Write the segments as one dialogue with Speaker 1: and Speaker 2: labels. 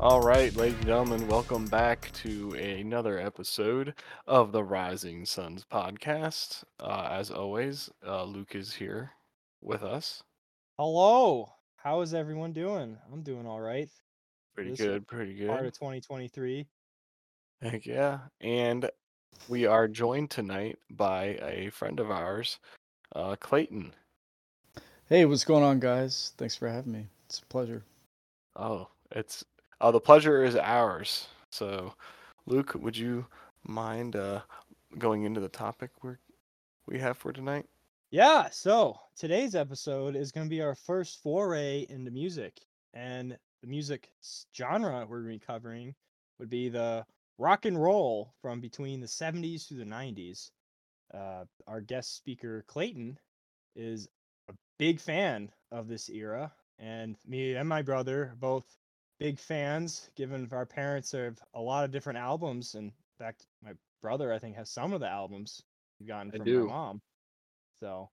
Speaker 1: All right, ladies and gentlemen, welcome back to another episode of the Rising Suns podcast. Uh, as always, uh, Luke is here with us.
Speaker 2: Hello. How is everyone doing? I'm doing all right.
Speaker 1: Pretty
Speaker 2: This
Speaker 1: good, pretty
Speaker 2: Part of
Speaker 1: good.
Speaker 2: 2023.
Speaker 1: Heck yeah. And we are joined tonight by a friend of ours, uh, Clayton.
Speaker 3: Hey, what's going on, guys? Thanks for having me. It's a pleasure.
Speaker 1: Oh, it's oh, the pleasure is ours. So, Luke, would you mind uh, going into the topic we're, we have for tonight?
Speaker 2: Yeah. So today's episode is going to be our first foray into music. And the music s- genre we're going to be covering would be the rock and roll from between the 70s to the 90s. Uh, our guest speaker, Clayton, is a big fan of this era. And me and my brother are both big fans, given our parents have a lot of different albums. And in fact, my brother, I think, has some of the albums we've gotten
Speaker 1: I
Speaker 2: from
Speaker 1: do.
Speaker 2: my mom. So,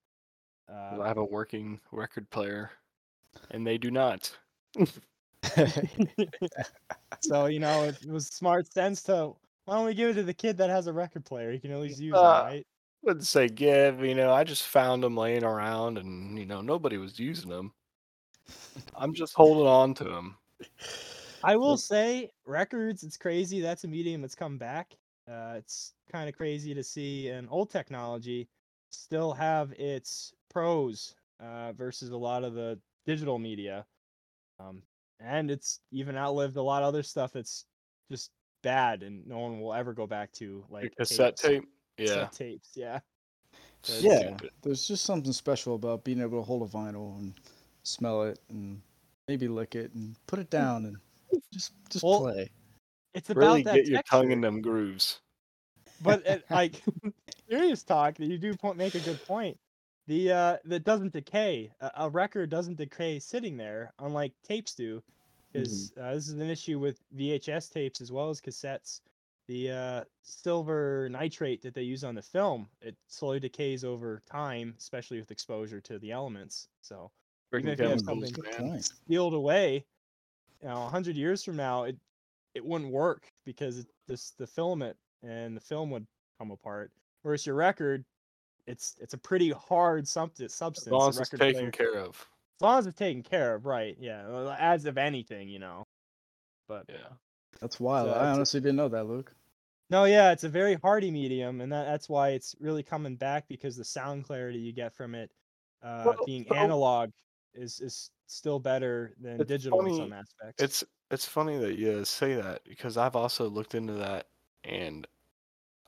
Speaker 1: Well,
Speaker 2: uh,
Speaker 1: I have a working record player, and they do not.
Speaker 2: so you know, it was smart sense to why don't we give it to the kid that has a record player? He can at least use it,
Speaker 1: Uh,
Speaker 2: right?
Speaker 1: Wouldn't say give, you know. I just found them laying around, and you know nobody was using them. I'm just holding on to them.
Speaker 2: I will say, records, it's crazy. That's a medium that's come back. Uh, it's kind of crazy to see an old technology still have its pros uh, versus a lot of the digital media. Um, and it's even outlived a lot of other stuff that's just bad and no one will ever go back to,
Speaker 1: Your
Speaker 2: like
Speaker 1: cassette
Speaker 2: tapes,
Speaker 1: tape, yeah,
Speaker 2: cassette tapes. Yeah. That's
Speaker 3: Yeah.
Speaker 1: stupid.
Speaker 3: There's just something special about being able to hold a vinyl and smell it and maybe lick it and put it down and just just
Speaker 2: Well,
Speaker 3: play.
Speaker 2: It's about
Speaker 1: Really
Speaker 2: that
Speaker 1: get your tongue
Speaker 2: texture.
Speaker 1: in them grooves.
Speaker 2: but it, like serious talk, you do point, make a good point. The uh, that doesn't decay. A, a record doesn't decay sitting there, unlike tapes do.
Speaker 1: Mm-hmm.
Speaker 2: Because uh, this is an issue with VHS tapes as well as cassettes. The uh, silver nitrate that they use on the film it slowly decays over time, especially with exposure to the elements. So
Speaker 1: Freaking
Speaker 2: if you
Speaker 1: chemicals,
Speaker 2: have something-
Speaker 1: man.
Speaker 3: point.
Speaker 2: sealed away, you know, hundred years from now, it it wouldn't work because it, this the filament and the film would come apart. Whereas your record, it's it's a pretty hard substance.
Speaker 1: As
Speaker 2: Substance.
Speaker 1: long
Speaker 2: a
Speaker 1: as it's
Speaker 2: record
Speaker 1: taken
Speaker 2: player-
Speaker 1: care of.
Speaker 2: as long as it's taken care of, right? Yeah, well, as if anything, you know. But
Speaker 1: Yeah.
Speaker 3: That's wild.
Speaker 2: So
Speaker 3: I
Speaker 2: it's-
Speaker 3: honestly didn't know that, Luke.
Speaker 2: no, yeah, it's a very hardy medium, and that, that's why it's really coming back because the sound clarity you get from it, uh,
Speaker 1: Well,
Speaker 2: being
Speaker 1: so-
Speaker 2: analog, is is still better than
Speaker 1: It's
Speaker 2: digital
Speaker 1: funny-
Speaker 2: in some aspects.
Speaker 1: It's it's funny that you say that because I've also looked into that and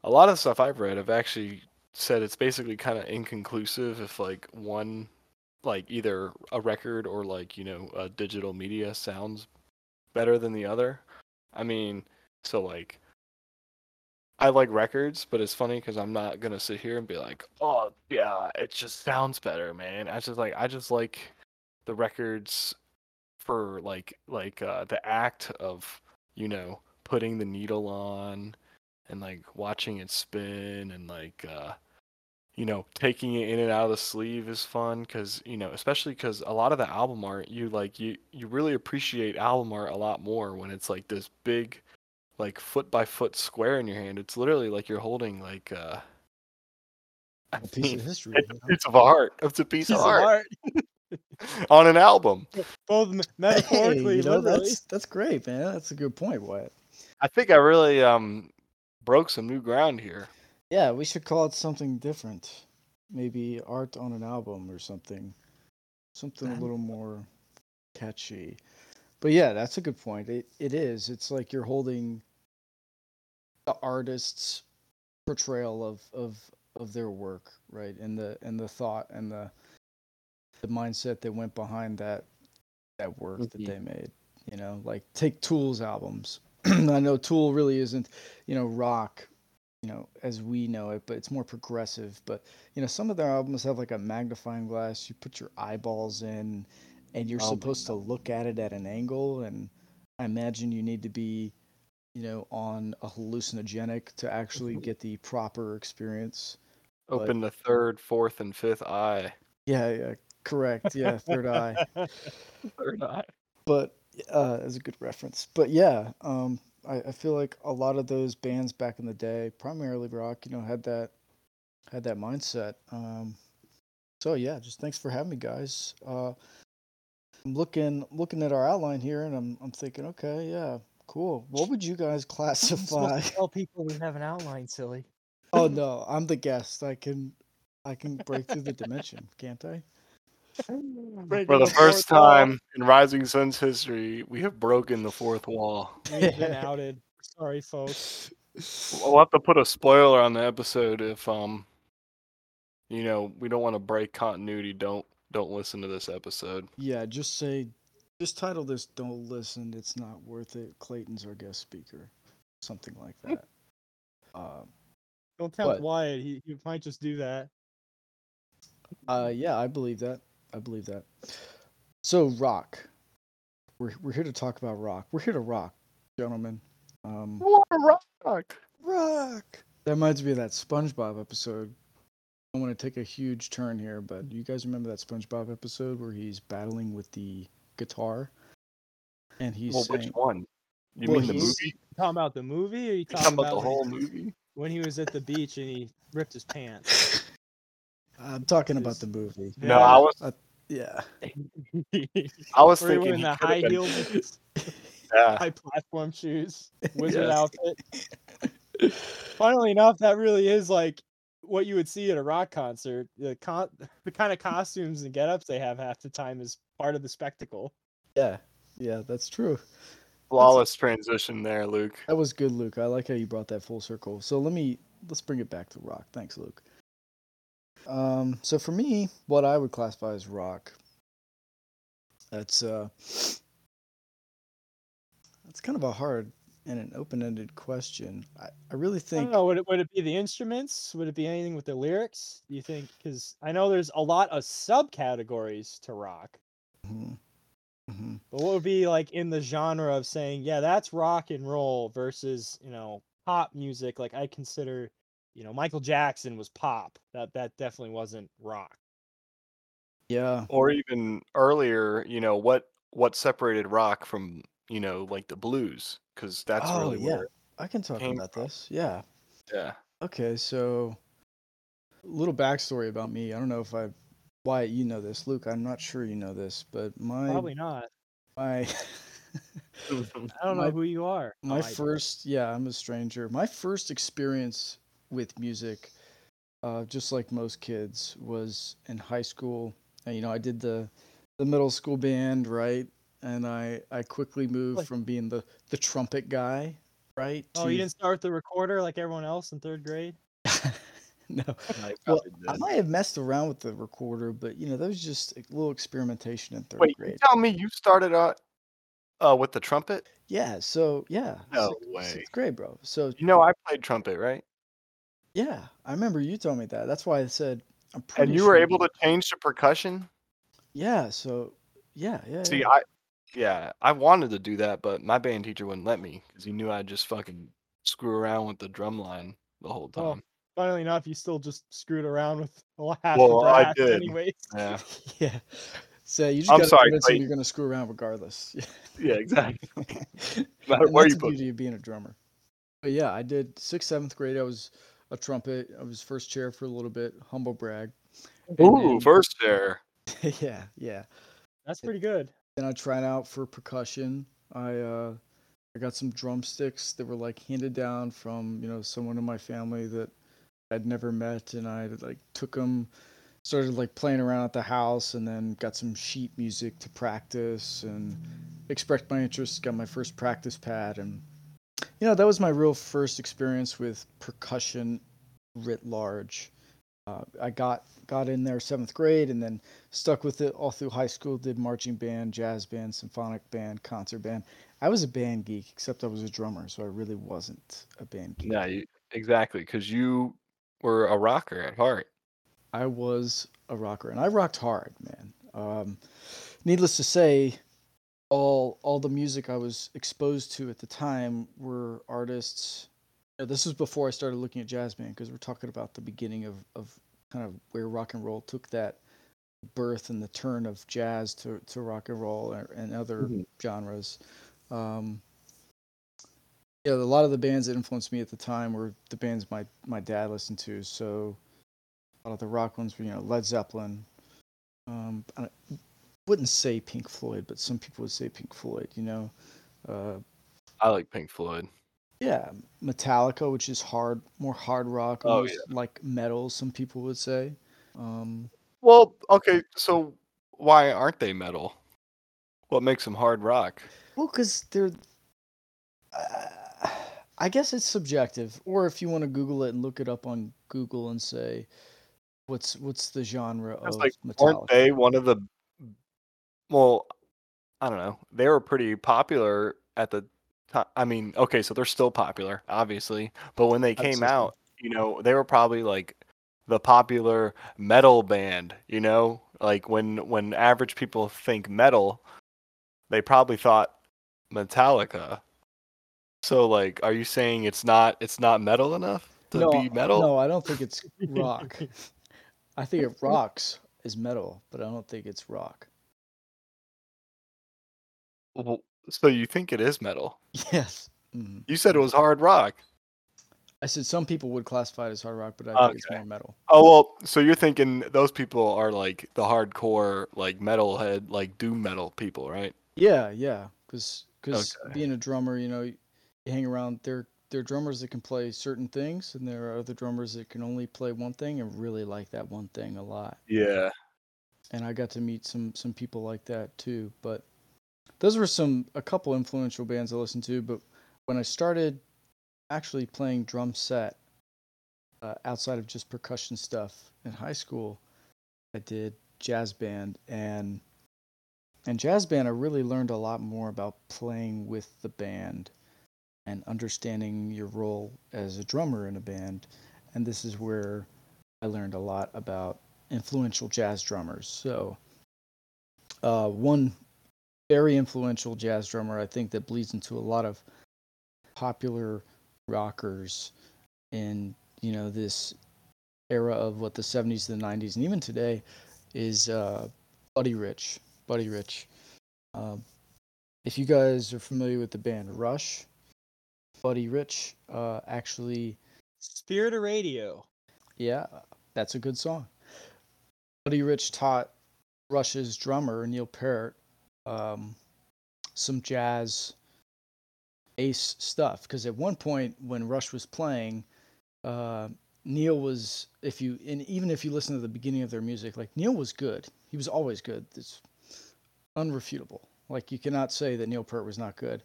Speaker 1: a lot of stuff I've read have actually said it's basically kind of inconclusive if like one like either a record or like you know a digital media sounds better than the other. I mean, so like I like records, but it's funny because I'm not gonna sit here and be like, "Oh yeah, it just sounds better, man." I just like I just like the records for like like uh, the act of you know putting the needle on and like watching it spin and like uh, you know taking it in and out of the sleeve is fun because you know especially because a lot of the album art you like you you really appreciate album art a lot more when it's like this big like foot by foot square in your hand it's literally like you're holding like uh I
Speaker 3: A piece
Speaker 1: mean,
Speaker 3: of history.
Speaker 1: it's
Speaker 3: you
Speaker 1: a
Speaker 3: know?
Speaker 1: piece of art it's a piece, of
Speaker 2: Piece of
Speaker 1: art
Speaker 2: art,
Speaker 1: on an album
Speaker 2: both me-
Speaker 3: Hey,
Speaker 2: metaphorically,
Speaker 3: you know,
Speaker 2: literally.
Speaker 3: that's that's great, man. That's a good point, Wyatt.
Speaker 1: I think I really um broke some new ground here.
Speaker 3: Yeah, we should call it something different. Maybe art on an album or something. Something a
Speaker 2: Um,
Speaker 3: little more catchy. But yeah, that's a good point. It it is. It's like you're holding the artist's portrayal of of of their work, right? And the and the thought and the the mindset that went behind that that work
Speaker 1: Mhm.
Speaker 3: that they made. You know, like take Tool's albums. I know Tool really isn't, you know, rock, you know, as we know it, but it's more progressive. But you know, some of their albums have like a magnifying glass. You put your eyeballs in, and you're
Speaker 1: Oh my
Speaker 3: supposed to look at it at an angle. And I imagine you need to be, you know, on a hallucinogenic to actually
Speaker 1: Mm-hmm.
Speaker 3: get the proper experience. But-
Speaker 1: Open the third, fourth, and fifth eye.
Speaker 3: Yeah, yeah, correct. Yeah, third eye.
Speaker 1: Third eye.
Speaker 3: But uh, is a good reference. But yeah, um, I, I feel like a lot of those bands back in the day, primarily rock, you know, had that had that mindset. Um, so yeah, just thanks for having me, guys. Uh, I'm looking looking at our outline here, and I'm I'm thinking, okay, yeah, cool. What would you guys
Speaker 2: I'm supposed
Speaker 3: classify?
Speaker 2: to tell people we have an outline, silly.
Speaker 3: oh no, I'm the guest. I can I can break through the dimension, can't I?
Speaker 2: Break
Speaker 1: For the
Speaker 2: fourth
Speaker 1: first
Speaker 2: wall.
Speaker 1: time in Rising Sun's history, we have broken the fourth wall.
Speaker 2: We've been outed. Sorry, folks.
Speaker 1: We'll have to put a spoiler on the episode if um you know, we don't want to break continuity. Don't don't listen to this episode.
Speaker 3: Yeah, just say, just title this "Don't Listen." It's not worth it. Clayton's our guest speaker, something like that. um,
Speaker 2: Don't tell
Speaker 3: What?
Speaker 2: Wyatt. He, he might just do that.
Speaker 3: uh, yeah, I believe that. I believe that. So rock. We're we're here to talk about rock. We're here to rock, gentlemen. Um,
Speaker 1: rock.
Speaker 3: rock. That reminds me of that SpongeBob episode. I want to take a huge turn here, but you guys remember that SpongeBob episode where he's battling with the guitar, and he's
Speaker 1: Well,
Speaker 3: saying,
Speaker 1: which one? You
Speaker 3: Well,
Speaker 1: mean the
Speaker 3: he's-
Speaker 1: movie?
Speaker 2: You talking about the movie, or you
Speaker 1: You
Speaker 2: talking,
Speaker 1: talking
Speaker 2: about,
Speaker 1: about the
Speaker 2: when-
Speaker 1: whole movie?
Speaker 2: when he was at the beach and he ripped his pants?
Speaker 3: I'm talking about
Speaker 2: Is-
Speaker 3: the movie.
Speaker 1: No, I was
Speaker 3: Yeah.
Speaker 1: I was
Speaker 2: Were you
Speaker 1: thinking
Speaker 2: in
Speaker 1: he
Speaker 2: the
Speaker 1: could have
Speaker 2: high
Speaker 1: been-
Speaker 2: heel boots,
Speaker 1: yeah.
Speaker 2: high platform shoes, wizard
Speaker 1: Yes.
Speaker 2: outfit. Funnily enough, that really is like what you would see at a rock concert. The con- the kind of costumes and get-ups they have half the time is part of the spectacle.
Speaker 3: Yeah. Yeah, that's true.
Speaker 1: Flawless transition there, Luke.
Speaker 3: That was good, Luke. I like how you brought that full circle. So let me let's bring it back to rock. Thanks, Luke. Um, so for me, what I would classify as rock. That's uh that's kind of a hard and an open-ended question. I, I really
Speaker 2: I
Speaker 3: think
Speaker 2: don't know. Would it, would it be the instruments? Would it be anything with the lyrics? Do you think? Because I know there's a lot of subcategories to rock,
Speaker 3: Mhm. Mhm.
Speaker 2: but what would be like in the genre of saying, yeah, that's rock and roll versus you know pop music? Like I consider, you know, Michael Jackson was pop. That that definitely wasn't rock.
Speaker 3: yeah.
Speaker 1: Or even earlier, you know, what what separated rock from, you know, like the blues cuz that's
Speaker 3: Oh,
Speaker 1: really
Speaker 3: yeah.
Speaker 1: where
Speaker 3: I can talk
Speaker 1: Came
Speaker 3: about
Speaker 1: from.
Speaker 3: this. Yeah.
Speaker 1: yeah.
Speaker 3: Okay, so a little backstory about me. I don't know if I Wyatt, you know this. Luke, I'm not sure you know this, but my
Speaker 2: Probably not.
Speaker 3: my
Speaker 2: I don't
Speaker 3: My-
Speaker 2: know who you are.
Speaker 3: my
Speaker 2: Oh, I-
Speaker 3: first yeah, I'm a stranger. My first experience with music, uh, just like most kids, was in high school. And, you know, I did the the middle school band, right? And I I quickly moved
Speaker 2: Like-
Speaker 3: from being the the trumpet guy, right?
Speaker 2: Oh, you
Speaker 3: to-
Speaker 2: didn't start with the recorder like everyone else in third grade.
Speaker 3: no.
Speaker 1: I
Speaker 3: Well,
Speaker 1: probably
Speaker 3: I
Speaker 1: did.
Speaker 3: might have messed around with the recorder, but you know, that was just a little experimentation in third
Speaker 1: Wait, you
Speaker 3: grade.
Speaker 1: tell me you started out uh, with the trumpet?
Speaker 3: Yeah, so yeah.
Speaker 1: No
Speaker 3: sixth,
Speaker 1: way.
Speaker 3: sixth grade, bro. So
Speaker 1: You know, I played trumpet, right?
Speaker 3: yeah, I remember you told me that. That's why I said I'm pretty
Speaker 1: And you were
Speaker 3: sure
Speaker 1: able to change to percussion.
Speaker 3: Yeah, so yeah, yeah.
Speaker 1: See,
Speaker 3: yeah.
Speaker 1: I yeah, I wanted to do that, but my band teacher wouldn't let me because he knew I'd just fucking screw around with the drum line the whole
Speaker 2: Oh.
Speaker 1: time.
Speaker 2: Funnily enough, you still just screwed around with a lot- half
Speaker 1: Well,
Speaker 2: the
Speaker 1: I
Speaker 2: brass
Speaker 1: did.
Speaker 2: anyways.
Speaker 1: Yeah,
Speaker 3: yeah. So you just
Speaker 1: I'm
Speaker 3: gotta
Speaker 1: sorry,
Speaker 3: convince them
Speaker 1: Clay.
Speaker 3: you're gonna screw around regardless.
Speaker 1: yeah, exactly.
Speaker 3: And
Speaker 1: No matter where you
Speaker 3: that's the
Speaker 1: put
Speaker 3: beauty of being a drummer. But yeah, I did sixth, seventh grade. I was a trumpet. I was first chair for a little bit. Humble brag.
Speaker 1: it.
Speaker 3: and
Speaker 1: Ooh,
Speaker 3: then-
Speaker 1: first chair.
Speaker 3: yeah, yeah.
Speaker 2: That's pretty good.
Speaker 3: Then I tried out for percussion. I uh, I got some drumsticks that were like handed down from you know someone in my family that I'd never met, and I like took them, started like playing around at the house, and then got some sheet music to practice and expressed my interest. Got my first practice pad, and you know that was my real first experience with percussion writ large. Uh, I got got in there seventh grade, and then stuck with it all through high school did marching band jazz band symphonic band concert band i was a band geek except i was a drummer so i really wasn't a band geek
Speaker 1: No, you, exactly, because you were a rocker at heart.
Speaker 3: i was a rocker and i rocked hard man um, needless to say all all the music i was exposed to at the time were artists you know, this was before i started looking at jazz band because we're talking about the beginning of, of kind of where rock and roll took that birth and the turn of jazz to, to rock and roll and, and other
Speaker 4: Mhm.
Speaker 3: genres. Um, yeah, a lot of the bands that influenced me at the time were the bands my, my dad listened to. So a lot of the rock ones were, you know, Led Zeppelin. Um, I wouldn't say Pink Floyd, but some people would say Pink Floyd, you know. Uh,
Speaker 1: I like Pink Floyd.
Speaker 3: yeah, Metallica, which is hard, more hard rock,
Speaker 1: Oh,
Speaker 3: almost like metal. Some people would say. Um,
Speaker 1: Well, okay, so why aren't they metal? What makes them hard rock?
Speaker 3: well, because they're, uh, I guess it's subjective. Or if you want to Google it and look it up on Google and say, what's what's the genre
Speaker 1: It's
Speaker 3: of
Speaker 1: like,
Speaker 3: Metallica?
Speaker 1: weren't they one of the well i don't know they were pretty popular at the time i mean okay so they're still popular obviously but when they came
Speaker 3: Absolutely.
Speaker 1: out you know they were probably like the popular metal band you know like when when average people think metal they probably thought metallica so like are you saying it's not it's not metal enough to
Speaker 3: no,
Speaker 1: be metal
Speaker 3: No, I don't think it's rock. I think it rocks is metal, but I don't think it's rock.
Speaker 1: W- so you think it is metal
Speaker 3: Yes. hmm
Speaker 1: you said it was hard rock
Speaker 3: I said some people would classify it as hard rock, but I think it's more metal.
Speaker 1: Oh well, so you're thinking those people are like the hardcore, like metalhead, like doom metal people, right?
Speaker 3: Yeah, yeah, because being a drummer, you know, you hang around there. There are drummers that can play certain things, and there are other drummers that can only play one thing and really like that one thing a lot.
Speaker 1: Yeah.
Speaker 3: And I got to meet some some people like that too. But those were some a couple influential bands I listened to. But when I started actually playing drum set uh, outside of just percussion stuff in high school, I did jazz band and and jazz band I really learned a lot more about playing with the band and understanding your role as a drummer in a band and this is where I learned a lot about influential jazz drummers so uh, one very influential jazz drummer I think that bleeds into a lot of popular rockers in you know this era of what the 70s the 90s and even today is uh, Buddy Rich. Buddy Rich. Um, if you guys are familiar with the band Rush, Buddy Rich uh, actually,
Speaker 2: Spirit of Radio.
Speaker 3: yeah, that's a good song. Buddy Rich taught Rush's drummer Neil Peart um, some jazz ace stuff because at one point when Rush was playing, uh, Neil was if you and even if you listen to the beginning of their music, like Neil was good. He was always good. It's unrefutable. Like you cannot say that Neil Peart was not good.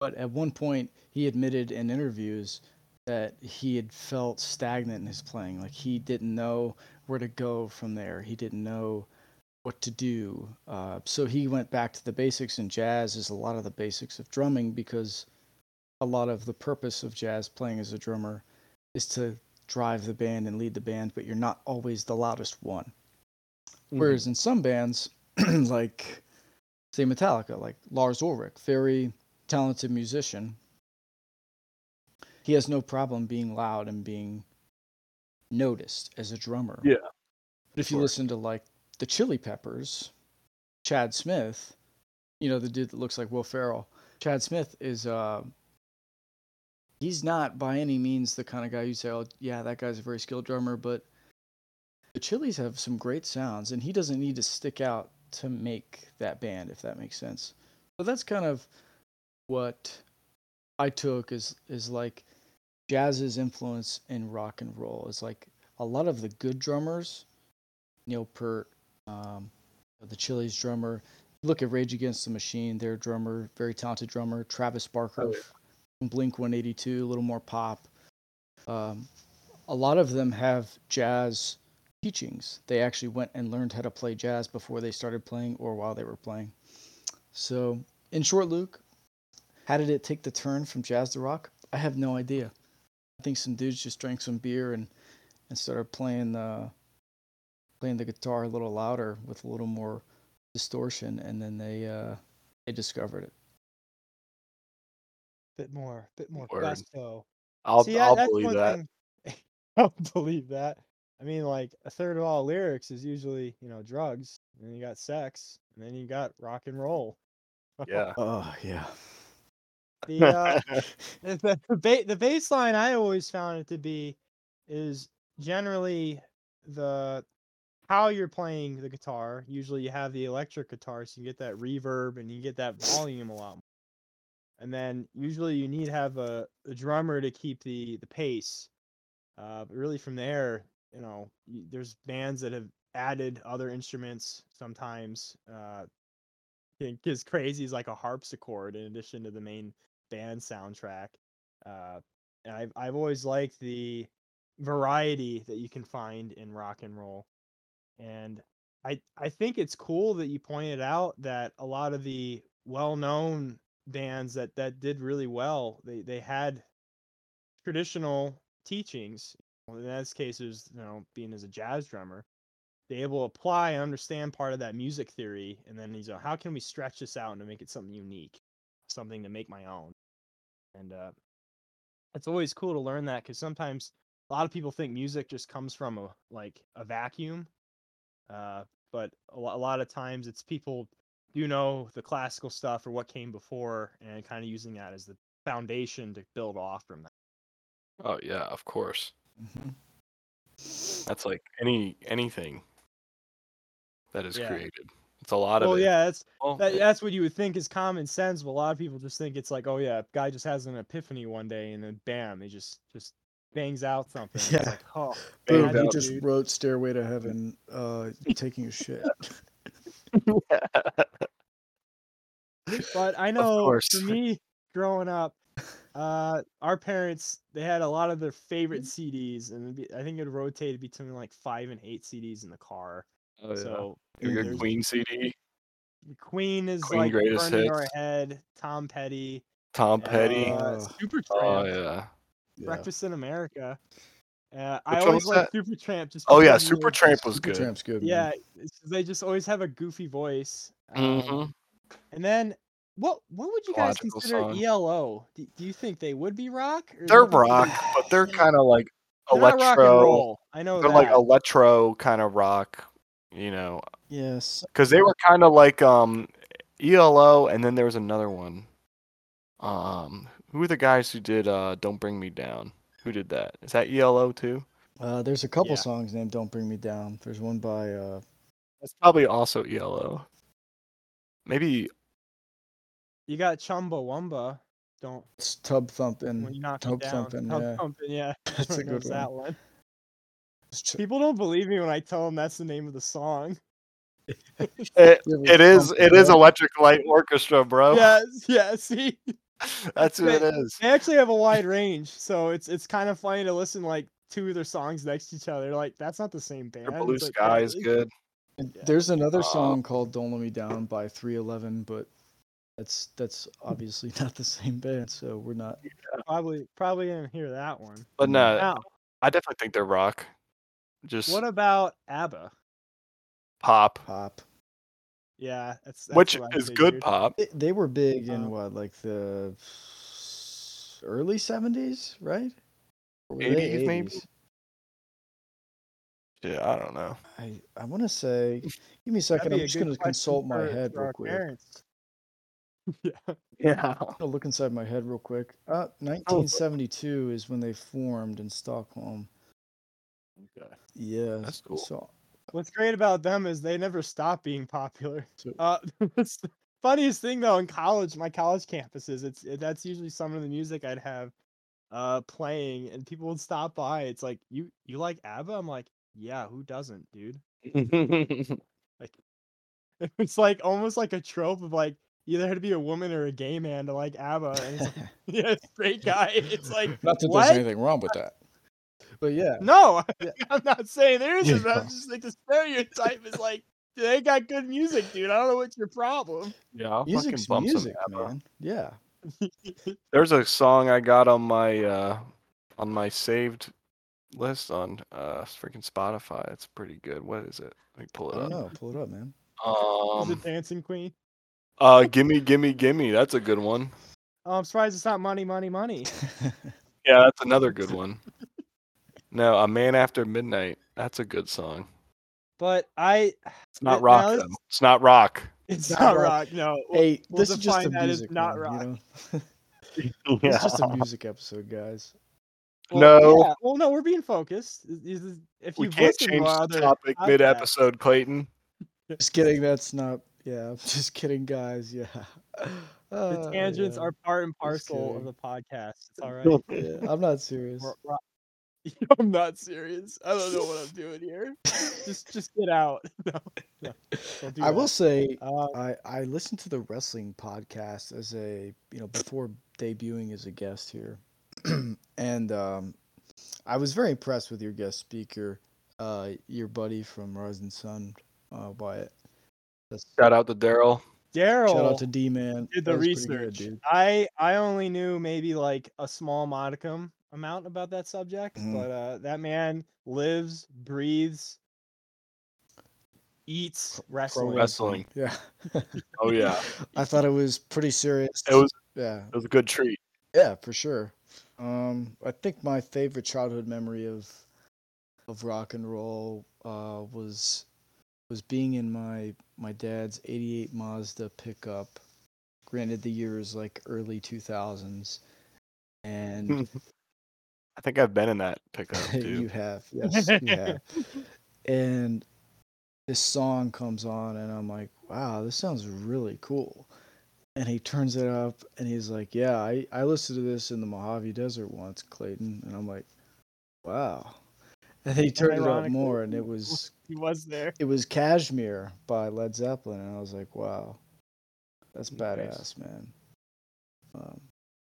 Speaker 3: But at one point, he admitted in interviews that he had felt stagnant in his playing. Like he didn't know where to go from there. He didn't know what to do. Uh, so he went back to the basics, and jazz is a lot of the basics of drumming because a lot of the purpose of jazz playing as a drummer is to drive the band and lead the band, but you're not always the loudest one. Whereas in some bands, like say Metallica, like Lars Ulrich, very talented musician, he has no problem being loud and being noticed as a drummer.
Speaker 1: Yeah,
Speaker 3: But if you
Speaker 1: course.
Speaker 3: listen to like the Chili Peppers, Chad Smith, you know the dude that looks like Will Ferrell. Chad Smith is uh he's not by any means the kind of guy you say, "Oh, yeah, that guy's a very skilled drummer," but the Chili's have some great sounds, and he doesn't need to stick out to make that band, if that makes sense. So that's kind of what I took is is like jazz's influence in rock and roll. It's like a lot of the good drummers, Neil Peart, um, the Chili's drummer. Look at Rage Against the Machine, their drummer, very talented drummer, Travis Barker,
Speaker 1: Oh, yeah.
Speaker 3: from Blink 182, a little more pop. Um, a lot of them have jazz teachings. They actually went and learned how to play jazz before they started playing or while they were playing. So, in short, Luke, how did it take the turn from jazz to rock? I have no idea. I think some dudes just drank some beer and, and started playing uh, playing the guitar a little louder with a little more distortion, and then they uh, they discovered it.
Speaker 2: Bit more, bit more
Speaker 1: Word.
Speaker 2: gusto.
Speaker 1: I'll
Speaker 2: See, I-
Speaker 1: I'll
Speaker 2: that's
Speaker 1: believe
Speaker 2: one
Speaker 1: that.
Speaker 2: thing- I'll believe that. I mean, like a third of all lyrics is usually you know drugs, and then you got sex, and then you got rock and roll.
Speaker 1: Yeah.
Speaker 3: Oh yeah.
Speaker 2: The uh, the the, ba- the baseline I always found it to be is generally the how you're playing the guitar. Usually you have the electric guitar, so you get that reverb and you get that volume a lot. More. And then usually you need to have a, a drummer to keep the the pace. Uh, but really from there, you know, y- there's bands that have added other instruments sometimes. Uh, think is crazy is like a harpsichord in addition to the main band soundtrack. Uh, and I've I've always liked the variety that you can find in rock and roll, and I I think it's cool that you pointed out that a lot of the well-known bands that that did really well they they had traditional teachings. Well, in this case, is you know being as a jazz drummer, be able to apply and understand part of that music theory and then he's like how can we stretch this out and to make it something unique something to make my own and uh it's always cool to learn that because sometimes a lot of people think music just comes from a like a vacuum uh but a, lo- a lot of times it's people do know the classical stuff or what came before and kind of using that as the foundation to build off from that
Speaker 1: oh yeah, of course.
Speaker 3: Mhm.
Speaker 1: That's like any anything that is
Speaker 2: Yeah.
Speaker 1: created. It's a lot
Speaker 2: well
Speaker 1: of it.
Speaker 2: yeah that's
Speaker 1: Oh,
Speaker 2: That, that's what you would think is common sense, but a lot of people just think it's like, oh yeah, guy just has an epiphany one day, and then bam, he just just bangs out something. It's
Speaker 3: Yeah.
Speaker 2: like, oh,
Speaker 1: Boom,
Speaker 2: man,
Speaker 3: Boom, he
Speaker 1: out,
Speaker 3: just
Speaker 2: dude.
Speaker 3: wrote "Stairway to Heaven," uh, taking a shit.
Speaker 2: But I know
Speaker 1: course.
Speaker 2: for me, growing up, uh, our parents they had a lot of their
Speaker 1: Mm-hmm.
Speaker 2: favorite CDs, and it'd be, I think it rotated between like five and eight CDs in the car.
Speaker 1: oh, yeah.
Speaker 2: So
Speaker 1: Your
Speaker 3: Ooh,
Speaker 1: good
Speaker 2: there's-
Speaker 1: Queen CD,
Speaker 2: Queen is
Speaker 1: Queen
Speaker 2: like
Speaker 1: Greatest
Speaker 2: burning our
Speaker 1: Hits.
Speaker 2: head. Tom Petty,
Speaker 1: Tom Petty.
Speaker 2: uh,
Speaker 3: Oh.
Speaker 2: Supertramp.
Speaker 1: oh yeah.
Speaker 3: yeah.
Speaker 2: Breakfast in America. Uh,
Speaker 1: Which
Speaker 2: I
Speaker 1: one
Speaker 2: always
Speaker 1: was
Speaker 2: liked Supertramp. Just
Speaker 1: Oh yeah,
Speaker 2: because of the-
Speaker 1: Supertramp was good.
Speaker 3: Supertramp's good. man.
Speaker 2: Yeah, it's- they just always have a goofy voice. Um,
Speaker 1: Mhm.
Speaker 2: And then, what what would you guys
Speaker 1: Logical
Speaker 2: consider E
Speaker 1: song.
Speaker 2: ELO? Do, do you think they would be rock? or do
Speaker 1: They're
Speaker 2: you think
Speaker 1: rock, but they're kind of like
Speaker 2: they're not rock and
Speaker 1: electro.
Speaker 2: roll. Oh, I know
Speaker 1: They're
Speaker 2: that.
Speaker 1: like electro kind of rock, you know,
Speaker 3: Yes.
Speaker 1: because they were kind of like um ELO, and then there was another one. Um, who are the guys who did uh "Don't Bring Me Down"? Who did that? Is that ELO too?
Speaker 3: Uh, there's a couple
Speaker 2: Yeah.
Speaker 3: songs named "Don't Bring Me Down." There's one by uh,
Speaker 1: That's probably also ELO. Maybe
Speaker 2: you got Chumbawamba. Don't
Speaker 3: it's Tub Thumpin'.
Speaker 2: when you knock
Speaker 3: Tub
Speaker 2: it down.
Speaker 3: Thumpin',
Speaker 2: Tub
Speaker 3: yeah.
Speaker 2: thumping, yeah.
Speaker 3: That's a
Speaker 2: Everyone
Speaker 3: good
Speaker 2: knows that
Speaker 3: one.
Speaker 2: one.
Speaker 3: It's Ch-
Speaker 2: People don't believe me when I tell them that's the name of the song.
Speaker 1: it,
Speaker 3: Yeah, but
Speaker 1: it is
Speaker 3: Thumpin',
Speaker 1: it is
Speaker 3: yeah.
Speaker 1: Electric Light Orchestra, bro.
Speaker 2: Yes, yeah. See,
Speaker 1: that's who it is.
Speaker 2: They actually have a wide range, so it's it's kind of funny to listen like two of their songs next to each other. Like that's not the same band.
Speaker 1: Their Blue
Speaker 2: It's like,
Speaker 1: Sky
Speaker 2: yeah,
Speaker 1: is
Speaker 2: it-
Speaker 1: good.
Speaker 3: And
Speaker 2: Yeah.
Speaker 3: There's another
Speaker 1: Uh,
Speaker 3: song called "Don't Let Me Down" by 311, but that's that's obviously not the same band, so we're not.
Speaker 2: Probably probably didn't hear that one.
Speaker 1: But no,
Speaker 2: Now,
Speaker 1: I definitely think they're rock. Just
Speaker 2: what about ABBA?
Speaker 1: pop,
Speaker 3: pop.
Speaker 2: Yeah, that's, that's
Speaker 1: which
Speaker 2: what I
Speaker 1: is good
Speaker 2: figured.
Speaker 1: pop.
Speaker 3: They, they were big in
Speaker 2: Um,
Speaker 3: what, like the early 70s, right? Or were they
Speaker 1: 80s, maybe?
Speaker 3: 80s?
Speaker 1: Yeah, I don't know.
Speaker 3: I I want to say. Give me a
Speaker 2: That'd
Speaker 3: second.
Speaker 2: be
Speaker 3: I'm
Speaker 2: a
Speaker 3: just
Speaker 2: good
Speaker 3: gonna
Speaker 2: question
Speaker 3: consult my
Speaker 2: for-
Speaker 3: head
Speaker 2: for
Speaker 3: real
Speaker 2: our
Speaker 3: quick.
Speaker 2: parents. yeah,
Speaker 1: Yeah.
Speaker 3: I'm gonna look inside my head real quick. Uh,
Speaker 2: Oh,
Speaker 3: 1972 is when they formed in Stockholm. Yeah.
Speaker 1: That's cool.
Speaker 3: So
Speaker 2: what's great about them is they never stop being popular.
Speaker 3: So-
Speaker 2: Uh, it's the funniest thing though in college, my college campuses, it's that's usually some of the music I'd have uh playing, and people would stop by. It's like you you like ABBA? I'm like, yeah, who doesn't, dude? It's like almost like a trope of like either had to be a woman or a gay man to like ABBA, and it's like, yeah, straight guy. It's like
Speaker 3: Not that
Speaker 2: what?
Speaker 3: there's anything wrong with that. But yeah,
Speaker 2: No,
Speaker 3: Yeah.
Speaker 2: I'm not saying there isn't. but I'm
Speaker 3: Yeah.
Speaker 2: just like the stereotype is like they got good music, dude. I don't know what's your problem.
Speaker 1: yeah, I'll fucking
Speaker 3: music's
Speaker 1: bump some
Speaker 3: music,
Speaker 1: ABBA.
Speaker 3: man. Yeah.
Speaker 1: There's a song I got on my uh on my saved list on uh freaking Spotify. It's pretty good. What is it? Let me pull
Speaker 3: I
Speaker 1: it
Speaker 3: don't
Speaker 1: up.
Speaker 3: know. Pull it up, man.
Speaker 2: is
Speaker 1: Um
Speaker 2: it Dancing Queen?
Speaker 1: uh Gimme Gimme Gimme, that's a good one.
Speaker 2: Oh, I'm surprised it's not Money, Money, Money.
Speaker 1: Yeah, that's another good one. No, A Man After Midnight. That's a good song.
Speaker 2: But I,
Speaker 1: It's not
Speaker 2: Now
Speaker 1: rock.
Speaker 2: this-
Speaker 1: though. It's not rock.
Speaker 2: it's
Speaker 3: Not
Speaker 2: not
Speaker 3: rock.
Speaker 2: rock. No, We'll-
Speaker 3: Hey,
Speaker 2: we'll
Speaker 3: this is just a
Speaker 2: define that as
Speaker 3: music
Speaker 2: not
Speaker 3: one, you know?
Speaker 1: Yeah.
Speaker 3: it's just a music episode, guys.
Speaker 2: well,
Speaker 1: No.
Speaker 2: yeah, Well, no, we're being focused. This is- If
Speaker 1: we
Speaker 2: you've
Speaker 1: can't
Speaker 2: listened to
Speaker 1: change
Speaker 2: our
Speaker 1: the
Speaker 2: other,
Speaker 1: topic
Speaker 2: podcasts.
Speaker 1: mid episode, Clayton.
Speaker 3: Just kidding. That's not. Yeah, just kidding, guys. Yeah.
Speaker 2: the
Speaker 3: Ah,
Speaker 2: tangents
Speaker 3: yeah.
Speaker 2: are part and parcel of
Speaker 3: kidding.
Speaker 2: the podcast. It's all right.
Speaker 3: Yeah, I'm not serious.
Speaker 2: We're- we're- I'm not serious. I don't know what I'm doing here. just, just get out. No, no, don't do
Speaker 3: I will
Speaker 2: that.
Speaker 3: say,
Speaker 2: Uh,
Speaker 3: I I listened to the wrestling podcast as a you know before debuting as a guest here, and um, I was very impressed with your guest speaker, uh, your buddy from Rise and Sun, uh, Wyatt. That's,
Speaker 1: Shout out to Daryl.
Speaker 2: Daryl.
Speaker 3: shout out to D Man.
Speaker 2: did the research. I I only knew maybe like a small modicum amount about that subject,
Speaker 1: Mm-hmm.
Speaker 3: Mhm.
Speaker 2: but uh, that man lives, breathes, eats wrestling.
Speaker 1: Wrestling.
Speaker 3: Yeah,
Speaker 1: Oh yeah,
Speaker 3: I thought it was pretty serious.
Speaker 1: it was
Speaker 3: yeah,
Speaker 1: it was a good treat.
Speaker 3: Yeah, for sure. Um, I think my favorite childhood memory of of rock and roll uh, was was being in my my dad's '88 Mazda pickup. Granted, the year is like early 2000s,
Speaker 1: Hmm.
Speaker 3: and
Speaker 1: I think I've been in that pickup
Speaker 3: you
Speaker 1: too.
Speaker 3: have yes, you have. And this song comes on, and I'm like, wow, this sounds really cool. And he turns it up, and he's like, yeah, I, I listened to this in the Mojave Desert once, Clayton. And I'm like, wow. And he turned it up
Speaker 2: ironically,
Speaker 3: more, and it was
Speaker 2: He was there.
Speaker 3: it was Cashmere by Led Zeppelin, and I was like, wow, that's
Speaker 2: Nice.
Speaker 3: badass, man. Um,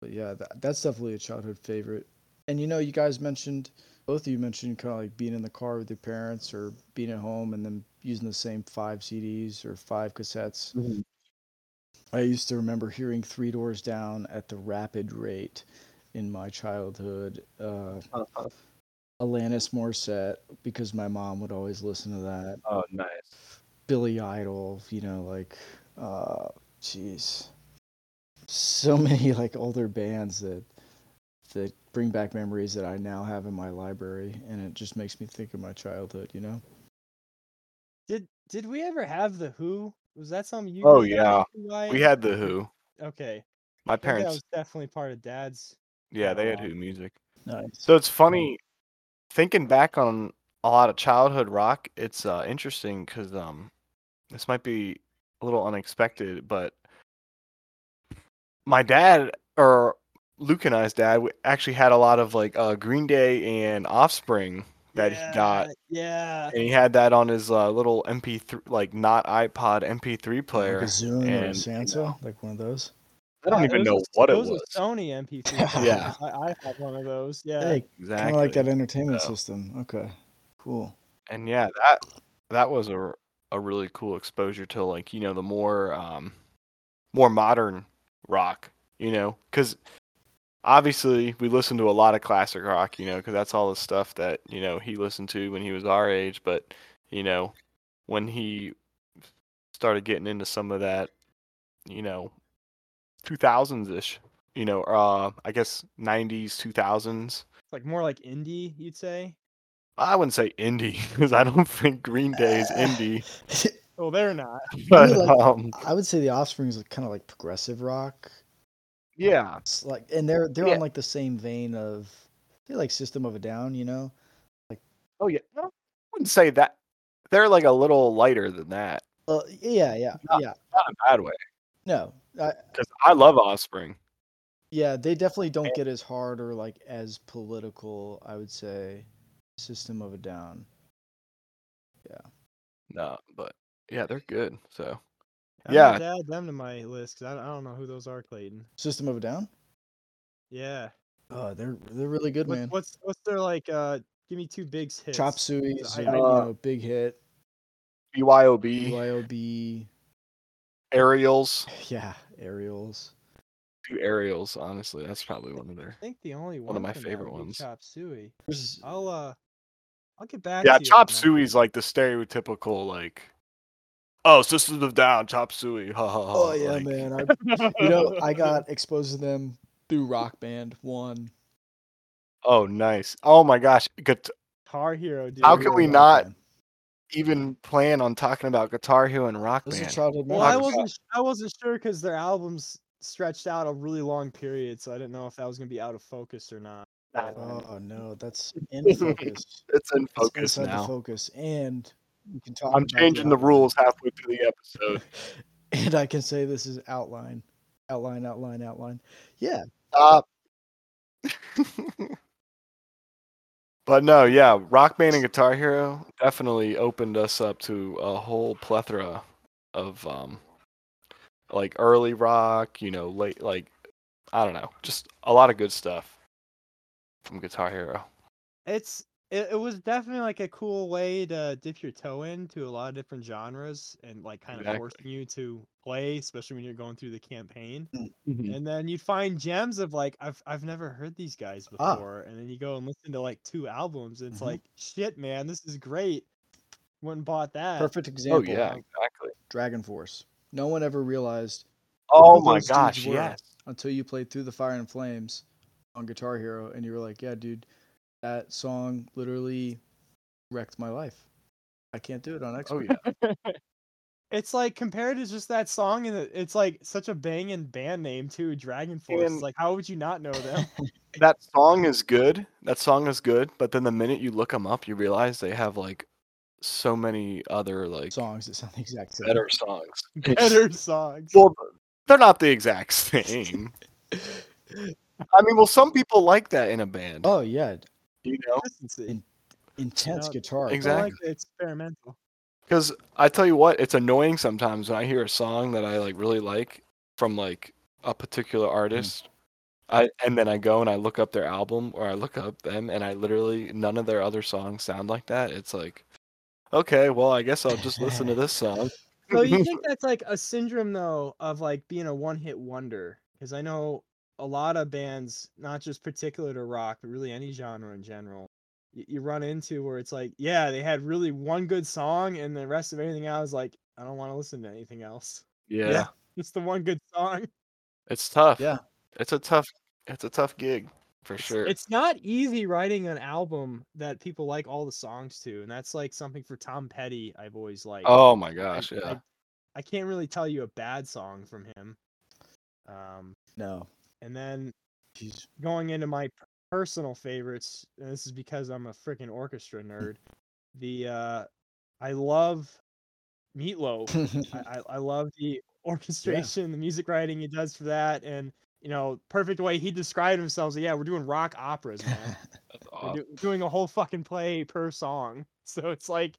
Speaker 3: but yeah, that, that's definitely a childhood favorite. And you know, you guys mentioned both of you mentioned kind of like being in the car with your parents or being at home and then using the same five CDs or five cassettes. I used to remember hearing Three Doors Down at the rapid rate in my childhood. Uh,
Speaker 1: Uh-huh.
Speaker 3: Alanis Morissette, because my mom would always listen to that.
Speaker 1: Oh nice.
Speaker 3: Billy Idol, you know, like, uh, jeez, so many like older bands that that bring back memories that I now have in my library, and it just makes me think of my childhood, you know.
Speaker 2: Did did we ever have the Who? Was that something you?
Speaker 1: Oh,
Speaker 2: guys got
Speaker 1: yeah.
Speaker 2: into, Wyatt?
Speaker 1: We had the Who.
Speaker 2: okay.
Speaker 1: My
Speaker 2: Maybe That
Speaker 1: parents,
Speaker 2: was definitely part of Dad's.
Speaker 1: yeah, they had
Speaker 2: Yeah.
Speaker 1: Who music. Mm.
Speaker 3: Nice.
Speaker 1: So it's funny thinking back on a lot of childhood rock. It's uh, interesting because um, this might be a little unexpected, but my dad or Luke and I's dad w- actually had a lot of like uh, Green Day and Offspring that he got,
Speaker 2: Yeah.
Speaker 1: and he had that on his uh, little MP3, like not iPod MP3
Speaker 3: like
Speaker 1: player.
Speaker 3: a Zune or a
Speaker 1: and, you
Speaker 3: Sansa,
Speaker 1: know.
Speaker 3: like one of those.
Speaker 1: I don't
Speaker 2: Yeah,
Speaker 1: even
Speaker 2: those
Speaker 1: know
Speaker 2: are-
Speaker 1: what it
Speaker 2: those
Speaker 1: was.
Speaker 2: are Sony MP3.
Speaker 1: Yeah.
Speaker 2: I, I have one of those. Yeah.
Speaker 3: Hey,
Speaker 1: Exactly.
Speaker 3: kind of like that entertainment
Speaker 1: So-
Speaker 3: system. Okay, cool.
Speaker 1: and yeah that that was a r- a really cool exposure to like you know the more um more modern rock you know because obviously we listened to a lot of classic rock you know because that's all the stuff that you know he listened to when he was our age but you know when he started getting into some of that you know 2000s ish you know uh i guess 90s 2000s
Speaker 2: It's like more like indie, you'd say.
Speaker 1: i wouldn't say indie because i don't think green day is indie
Speaker 2: Well, they're not.
Speaker 1: but
Speaker 3: like-
Speaker 1: um,
Speaker 3: I would say the Offspring is kind of like progressive rock.
Speaker 1: yeah,
Speaker 3: It's like and they're they're
Speaker 1: Yeah.
Speaker 3: on like the same vein of they're like System of a Down, you know.
Speaker 1: oh yeah, No, I wouldn't say that. They're like a little lighter than that,
Speaker 3: Uh, yeah, yeah,
Speaker 1: Not-
Speaker 3: yeah.
Speaker 1: not in a bad way.
Speaker 3: No, I,
Speaker 1: Because I love Offspring.
Speaker 3: yeah, they definitely don't get as hard or like as political. I would say, System of a Down.
Speaker 1: No, but yeah, they're good. So
Speaker 2: I'm gonna
Speaker 1: Yeah.
Speaker 2: have to add them to my list because I, don't- I don't know who those are, Clayton.
Speaker 3: System of a Down.
Speaker 2: Yeah.
Speaker 3: Oh, they're they're really good,
Speaker 2: What,
Speaker 3: man.
Speaker 2: what's what's their like? uh Give me two big hits.
Speaker 3: Chop Suey,
Speaker 2: I-
Speaker 3: Zoom,
Speaker 2: I-
Speaker 3: you know, big hit.
Speaker 1: BYOB,
Speaker 3: BYOB.
Speaker 1: Aerials,
Speaker 3: Yeah, Aerials.
Speaker 1: do Aerials. Honestly, that's probably one of their.
Speaker 2: I think the only one,
Speaker 1: One of my
Speaker 2: from that
Speaker 1: favorite
Speaker 2: would be
Speaker 1: ones.
Speaker 2: Chop Suey.
Speaker 3: There's-
Speaker 2: I'll uh, I'll get back.
Speaker 1: Yeah,
Speaker 2: to you on
Speaker 1: Chop
Speaker 2: that.
Speaker 1: Suey's like the stereotypical like. Oh, Sisters of Down, Chop Suey. Ha ha ha.
Speaker 3: Oh yeah,
Speaker 1: like,
Speaker 3: man. I you know, I got exposed to them through Rock Band One.
Speaker 1: Oh nice. Oh my gosh, Gat-
Speaker 2: Guitar Hero, dude.
Speaker 1: How can we
Speaker 3: Rock
Speaker 1: not-
Speaker 3: Band.
Speaker 1: Even plan on talking about Guitar Hero and Rock
Speaker 3: Those are
Speaker 1: Band.
Speaker 3: childhood
Speaker 2: Well,
Speaker 1: Rock
Speaker 2: I
Speaker 3: memories.
Speaker 1: was-
Speaker 2: wasn't. s- I wasn't sure because their albums stretched out a really long period, so I didn't know if that was gonna be out of focus or not. But,
Speaker 3: Oh no, that's in focus.
Speaker 1: it's in
Speaker 3: It's
Speaker 1: focus
Speaker 3: inside the
Speaker 1: now.
Speaker 3: focus, and you can talk.
Speaker 1: I'm
Speaker 3: about
Speaker 1: changing the
Speaker 3: outline.
Speaker 1: rules halfway through the episode.
Speaker 3: and I can say this is outline, outline, outline, outline. Yeah,
Speaker 1: Stop. but no, yeah, Rock Band and Guitar Hero definitely opened us up to a whole plethora of um like early rock, you know, late like I don't know, just a lot of good stuff from Guitar Hero.
Speaker 2: it's it, it was definitely like a cool way to dip your toe into a lot of different genres and like kind of
Speaker 1: Exactly.
Speaker 2: forcing you to play, especially when you're going through the campaign.
Speaker 1: Mhm.
Speaker 2: And then you find gems of like I've I've never heard these guys
Speaker 3: Ah.
Speaker 2: before, and then you go and listen to like two albums, and it's
Speaker 3: Mhm.
Speaker 1: Mm-hmm.
Speaker 2: like shit, man, this is great. Went and bought that.
Speaker 3: perfect example.
Speaker 1: Oh yeah,
Speaker 3: of
Speaker 1: exactly.
Speaker 3: Dragon Force. No one ever realized
Speaker 1: Oh
Speaker 3: who
Speaker 1: my
Speaker 3: those dudes
Speaker 1: gosh,
Speaker 3: were
Speaker 1: yes.
Speaker 3: until you played through the Fire and Flames on Guitar Hero, and you were like, "Yeah, dude, that song literally wrecked my life. I can't do it on
Speaker 1: Oh
Speaker 3: expert."
Speaker 1: yeah.
Speaker 2: It's like compared to just that song, and it's like such a banging band name too. Dragon Force.
Speaker 1: And-
Speaker 2: Like, how would you not know them?
Speaker 1: that song is good. That song is good, but then the minute you look them up, you realize they have like so many other like
Speaker 3: Songs that sound the exact same.
Speaker 1: better songs.
Speaker 2: Better songs.
Speaker 1: Well, they're not the exact same. I mean, well, some people like that in a band.
Speaker 3: Oh yeah,
Speaker 1: You know,
Speaker 2: Consistency.
Speaker 3: intense
Speaker 2: Yeah,
Speaker 3: guitar.
Speaker 2: I
Speaker 1: Exactly.
Speaker 2: like the experimental.
Speaker 1: because I tell you what, it's annoying sometimes when I hear a song that I like really like from like a particular
Speaker 2: Hmm.
Speaker 1: artist. I, and then I go and I look up their album or I look up them and I literally none of their other songs sound like that. It's like, okay, well I guess I'll just listen to this song.
Speaker 2: So you think that's like a syndrome though of like being a one-hit wonder? Because I know a lot of bands, not just particular to rock, but really any genre in general, y- you run into where it's like, yeah, they had really one good song, and the rest of everything else, like, I don't want to listen to anything else.
Speaker 1: yeah.
Speaker 2: Yeah. It's the one good song.
Speaker 1: it's tough.
Speaker 3: Yeah.
Speaker 1: it's a tough, it's a tough gig for
Speaker 2: It's-
Speaker 1: sure.
Speaker 2: It's not easy writing an album that people like all the songs to, and that's like something for Tom Petty. I've always liked.
Speaker 1: oh my
Speaker 2: I-
Speaker 1: gosh, yeah.
Speaker 2: I, I can't really tell you a bad song from him. Um,
Speaker 3: No,
Speaker 2: and then
Speaker 3: Jeez.
Speaker 2: going into my per- personal favorites, and this is because I'm a freaking orchestra nerd. The uh, I love Meatloaf. I, I, I love the orchestration, the music writing he does for that, and you know, perfect way he described himself. is, yeah, we're doing rock operas, man.
Speaker 1: Uh,
Speaker 2: We're do- doing a whole fucking play per song. So it's like,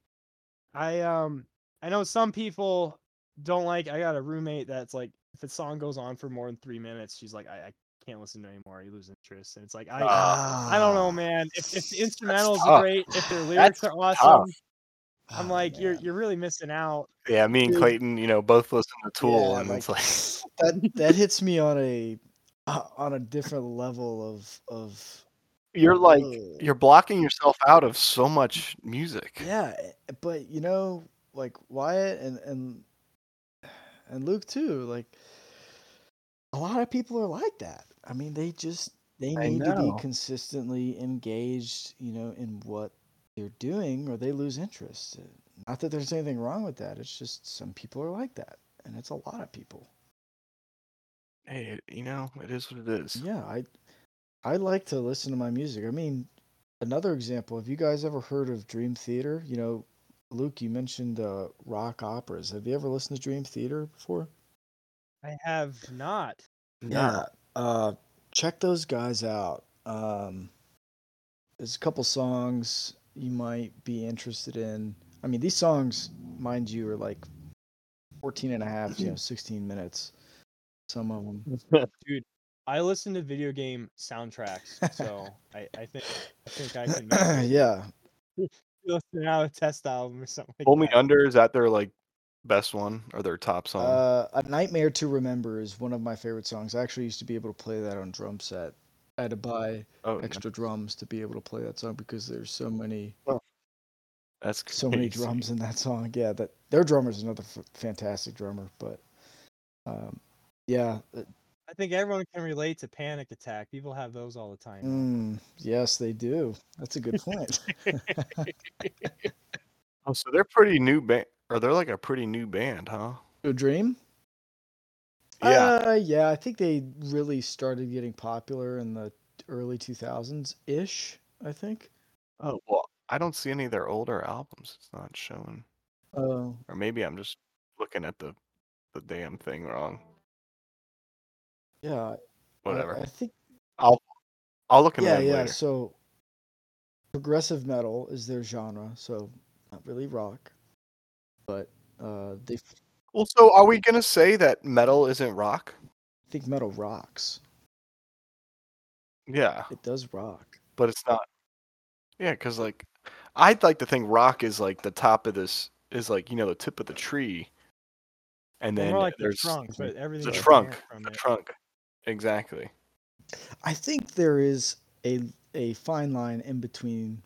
Speaker 2: I um, I know some people don't like. I got a roommate that's like, if a song goes on for more than three minutes, she's like, I, I can't listen to it anymore. You lose interest, and it's like, I,
Speaker 3: Ah,
Speaker 1: Ah.
Speaker 2: I don't know, man. If, if the instrumentals
Speaker 1: tough.
Speaker 2: are great, if their lyrics are awesome,
Speaker 3: Ah,
Speaker 2: I'm like, you're you're really missing out.
Speaker 1: yeah, me and
Speaker 3: Dude.
Speaker 1: Clayton, you know, both listen to Tool,
Speaker 3: Yeah,
Speaker 1: and
Speaker 3: like-
Speaker 1: it's like,
Speaker 3: that that hits me on a uh, on a different level of of
Speaker 1: you're like,
Speaker 3: Ugh.
Speaker 1: you're blocking yourself out of so much music.
Speaker 3: yeah eh, but you know like wyatt and and and luke too like a lot of people are like that i mean they just they
Speaker 1: I
Speaker 3: need to be
Speaker 1: know.
Speaker 3: consistently engaged you know in what they're doing or they lose interest not that there's anything wrong with that it's just some people are like that and it's a lot of people
Speaker 1: Hey, you know, it is what it is.
Speaker 3: Yeah, I I like to listen to my music. I mean, another example. Have you guys ever heard of Dream Theater? You know, Luke, you mentioned uh, rock operas. Have you ever listened to Dream Theater before?
Speaker 2: I have not.
Speaker 3: Yeah. Uh, check those guys out. Um, there's a couple songs you might be interested in. I mean, these songs, mind you, are like 14 and a half, you know, 16 minutes. Some of them.
Speaker 2: I listen to video game soundtracks, so I, I think I think I can make it.
Speaker 3: yeah.
Speaker 2: listen out a test album or something. Like
Speaker 1: Pull Me
Speaker 2: that.
Speaker 1: Under is that their like best one or their top song?
Speaker 3: Uh, a Nightmare to Remember is one of my favorite songs. I actually used to be able to play that on drum set. I had to buy
Speaker 1: oh, no,
Speaker 3: extra drums to be able to play that song because there's so many,
Speaker 1: that's
Speaker 3: so many
Speaker 1: crazy.
Speaker 3: drums in that song. Yeah, that their drummer's another f- fantastic drummer, but um, yeah, uh,
Speaker 2: I think everyone can relate to Panic Attack. People have those all the time.
Speaker 3: Mm, yes, they do. That's a good point.
Speaker 1: Oh, so they're pretty new band, or they're like a pretty new band, huh?
Speaker 3: a dream?
Speaker 1: Yeah,
Speaker 3: Uh, yeah, I think they really started getting popular in the early 2000s ish, I think.
Speaker 1: Oh well, I don't see any of their older albums. It's not showing,
Speaker 3: Oh,
Speaker 1: or maybe I'm just looking at the the damn thing wrong.
Speaker 3: yeah. I-
Speaker 1: Whatever.
Speaker 3: I, think
Speaker 1: I'll look at
Speaker 3: yeah,
Speaker 1: them
Speaker 3: yeah.
Speaker 1: later.
Speaker 3: So progressive metal is their genre, so not really rock, but uh, they f-
Speaker 1: Well, so are we gonna say that metal isn't rock?
Speaker 3: think metal rocks.
Speaker 1: Yeah,
Speaker 3: It does rock.
Speaker 1: but it's not. Yeah, because like I'd like to think rock is like the top of this is like you know the tip of the tree, and
Speaker 2: They're
Speaker 1: then
Speaker 2: more like the
Speaker 1: there's
Speaker 2: trunk, but everything
Speaker 1: the
Speaker 2: is
Speaker 1: trunk,
Speaker 2: apparent from
Speaker 1: the
Speaker 2: it.
Speaker 1: trunk. Exactly.
Speaker 3: I think there is a a fine line in between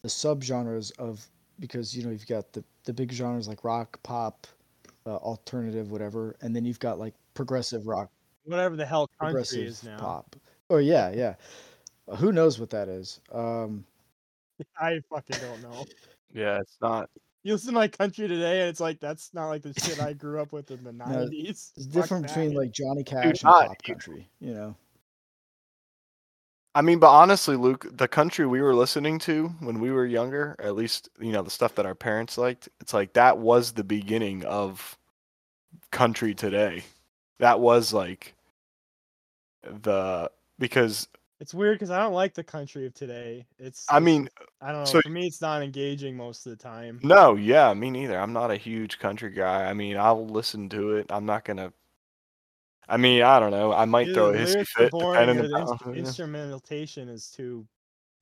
Speaker 3: the subgenres of because you know you've got the the big genres like rock, pop, uh, alternative, whatever, and then you've got like progressive rock,
Speaker 2: Whatever the hell country
Speaker 3: progressive
Speaker 2: is now.
Speaker 3: pop. Oh yeah, yeah. Who knows what that is? Um,
Speaker 2: I fucking don't know.
Speaker 1: Yeah, it's not.
Speaker 2: You listen to my country today, and it's like that's not like the shit I grew up with in the nineties.
Speaker 3: It's different between like Johnny Cash
Speaker 1: not-
Speaker 3: and pop
Speaker 1: you-
Speaker 3: country, you know.
Speaker 1: I mean, but honestly, Luke, the country we were listening to when we were younger, at least you know the stuff that our parents liked, it's like that was the beginning of country today. That was like the because
Speaker 2: It's weird because I don't like the country of today. It's
Speaker 1: I mean
Speaker 2: I don't know.
Speaker 1: so-
Speaker 2: for me, it's not engaging most of the time.
Speaker 1: No, yeah, me neither. I'm not a huge country guy. I mean, I'll listen to it. I'm not gonna. I mean, I don't know. I might
Speaker 2: Either
Speaker 1: throw a
Speaker 2: the
Speaker 1: hissy
Speaker 2: lyrics are
Speaker 1: fit
Speaker 2: boring,
Speaker 3: uh,
Speaker 1: depending
Speaker 2: or the
Speaker 1: on.
Speaker 2: ins- instrumentation is too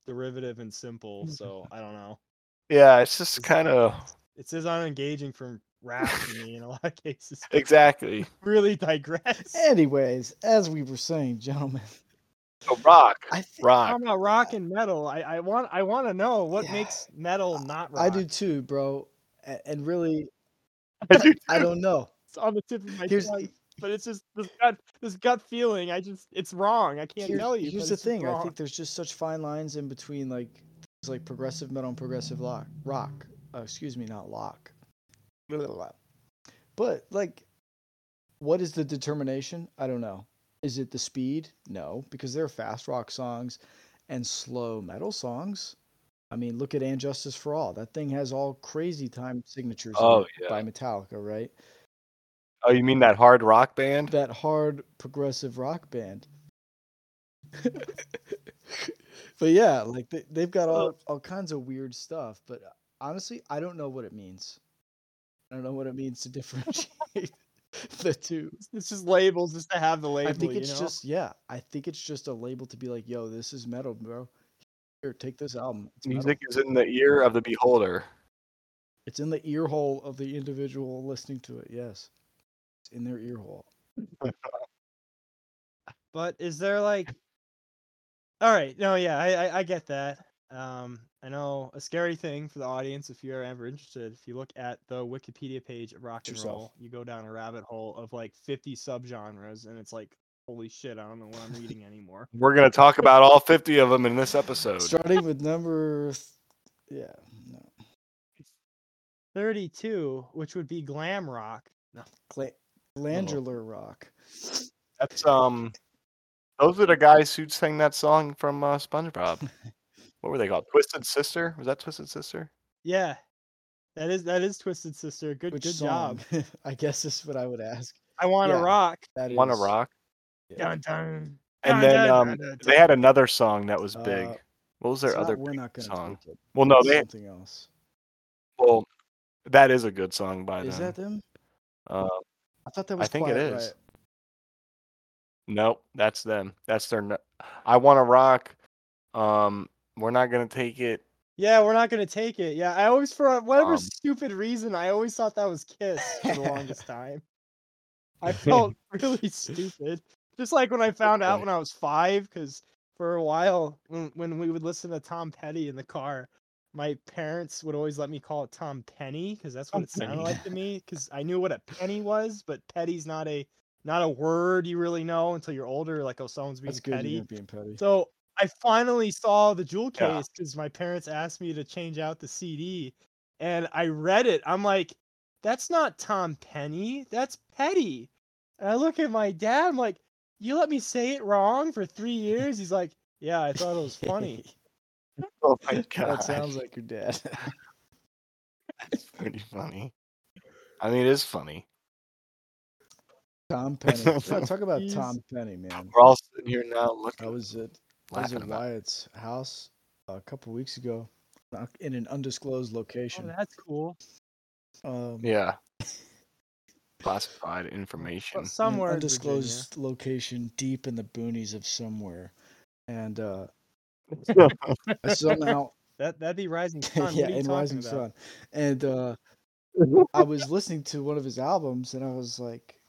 Speaker 2: derivative and simple. So I don't know.
Speaker 1: yeah, it's just kind of
Speaker 2: It's as unengaging from rap to me in a lot of cases.
Speaker 1: exactly
Speaker 2: Really digress.
Speaker 3: Anyways, as we were saying, gentlemen,
Speaker 1: so rock,
Speaker 3: I think
Speaker 1: rock.
Speaker 2: Talking about rock and metal, I, I want I want to know what
Speaker 3: Yeah.
Speaker 2: makes metal not rock.
Speaker 3: I do too, bro. A- And really,
Speaker 1: I do
Speaker 3: I
Speaker 1: too.
Speaker 3: don't know.
Speaker 2: It's on the tip of my
Speaker 3: Here's
Speaker 2: tongue. but it's just this gut this gut feeling. I just it's wrong. I can't
Speaker 3: Here-
Speaker 2: tell you.
Speaker 3: Here's
Speaker 2: but
Speaker 3: the
Speaker 2: it's just
Speaker 3: thing: I
Speaker 2: wrong.
Speaker 3: think there's just such fine lines in between, like things like progressive metal and progressive lock, rock. Uh, excuse me, not lock. Blah, blah, blah. But like, what is the determination? I don't know. Is it the speed? No, because there are fast rock songs and slow metal songs. I mean, look at "And Justice for All." That thing has all crazy time signatures in
Speaker 1: Oh
Speaker 3: it
Speaker 1: yeah.
Speaker 3: by Metallica, right?
Speaker 1: Oh, you mean that hard rock band?
Speaker 3: that hard progressive rock band. but yeah, like they, they've got all, all kinds of weird stuff. But honestly, I don't know what it means. I don't know what it means to differentiate the two.
Speaker 2: It's- it's just labels just to have the label.
Speaker 3: I think
Speaker 2: you
Speaker 3: it's
Speaker 2: know?
Speaker 3: just yeah. I think it's just a label to be like, yo, this is metal, bro. Here, take this album. It's metal.
Speaker 1: Music is in the ear of the beholder.
Speaker 3: It's in the ear hole of the individual listening to it. Yes, it's in their ear hole.
Speaker 2: But is there like All right, no, yeah, I, I I get that. Um I know a scary thing for the audience if you're ever interested, if you look at the Wikipedia page of rock and
Speaker 3: Yourself.
Speaker 2: roll, you go down a rabbit hole of like 50 subgenres and it's like holy shit, I don't know what I'm reading anymore.
Speaker 1: We're gonna talk about all 50 of them in this episode.
Speaker 3: Starting with number, th- yeah, no.
Speaker 2: 32, which would be glam rock. No.
Speaker 3: Gla- glandular rock.
Speaker 1: That's um, those are the guys who sang that song from uh, SpongeBob. what were they called? Twisted Sister? Was that Twisted Sister?
Speaker 2: Yeah. That is that is Twisted Sister. Good
Speaker 3: Which
Speaker 2: good
Speaker 3: song?
Speaker 2: job.
Speaker 3: I guess is what I would ask.
Speaker 2: I want to
Speaker 3: Yeah.
Speaker 2: rock.
Speaker 3: That
Speaker 1: Wanna
Speaker 3: is-
Speaker 1: Rock?
Speaker 3: yeah.
Speaker 2: Dun, dun.
Speaker 1: And
Speaker 2: Dun,
Speaker 1: then
Speaker 2: dun,
Speaker 1: um,
Speaker 2: dun, dun,
Speaker 1: they had another song that was
Speaker 3: Uh,
Speaker 1: big. What was
Speaker 3: It's
Speaker 1: their
Speaker 3: not
Speaker 1: other?
Speaker 3: We're not gonna
Speaker 1: song.
Speaker 3: take it.
Speaker 1: Well, no,
Speaker 3: It's
Speaker 1: they
Speaker 3: something else.
Speaker 1: well, that is a good song by
Speaker 3: Is
Speaker 1: them.
Speaker 3: that them?
Speaker 1: Uh,
Speaker 3: I thought that
Speaker 1: I
Speaker 3: was.
Speaker 1: think it
Speaker 3: Quiet
Speaker 1: is.
Speaker 3: Riot.
Speaker 1: nope, that's them. That's their. n- I want to rock. Um, we're not gonna take it.
Speaker 2: Yeah, we're not gonna take it. Yeah, I always for uh, whatever
Speaker 1: Um,
Speaker 2: stupid reason I always thought that was Kiss for the longest time. I felt really stupid. Just like when I found out
Speaker 1: Okay.
Speaker 2: when I was five, because for a while when, when we would listen to Tom Petty in the car, my parents would always let me call it Tom Penny because that's what
Speaker 1: Tom
Speaker 2: it sounded
Speaker 1: Penny.
Speaker 2: like to me. Because I knew what a penny was, but Petty's not a not a word you really know until you're older. Like, oh, someone's being
Speaker 3: That's good.
Speaker 2: petty.
Speaker 3: You're not being petty.
Speaker 2: So I finally saw the jewel
Speaker 1: Yeah.
Speaker 2: case because my parents asked me to change out the CD, and I read it. I'm like, that's not Tom Penny. That's Petty. And I look at my dad. I'm like, you let me say it wrong for three years. He's like, yeah, I thought it was funny.
Speaker 1: Oh my god,
Speaker 3: that sounds like your dad.
Speaker 1: that's pretty funny. I mean, it is funny.
Speaker 3: Tom Penny. Yeah, talk about
Speaker 2: He's-
Speaker 3: Tom Penny, man.
Speaker 1: We're all sitting here now
Speaker 3: I
Speaker 1: looking,
Speaker 3: was at I was
Speaker 1: laughing
Speaker 3: at
Speaker 1: about. it.
Speaker 3: Wyatt's house a couple weeks ago, uh, in an undisclosed
Speaker 2: Oh,
Speaker 3: location.
Speaker 2: that's cool.
Speaker 3: Um,
Speaker 1: Yeah. Classified information.
Speaker 2: Well,
Speaker 3: in an
Speaker 2: somewhere in
Speaker 3: undisclosed location deep in the boonies of somewhere, and uh, I
Speaker 2: Virginia.
Speaker 3: somehow
Speaker 2: That that'd be Rising Sun.
Speaker 3: yeah,
Speaker 2: what are you
Speaker 3: in
Speaker 2: talking
Speaker 3: Rising
Speaker 2: about?
Speaker 3: Sun, and uh, I was listening to one of his albums and I was like,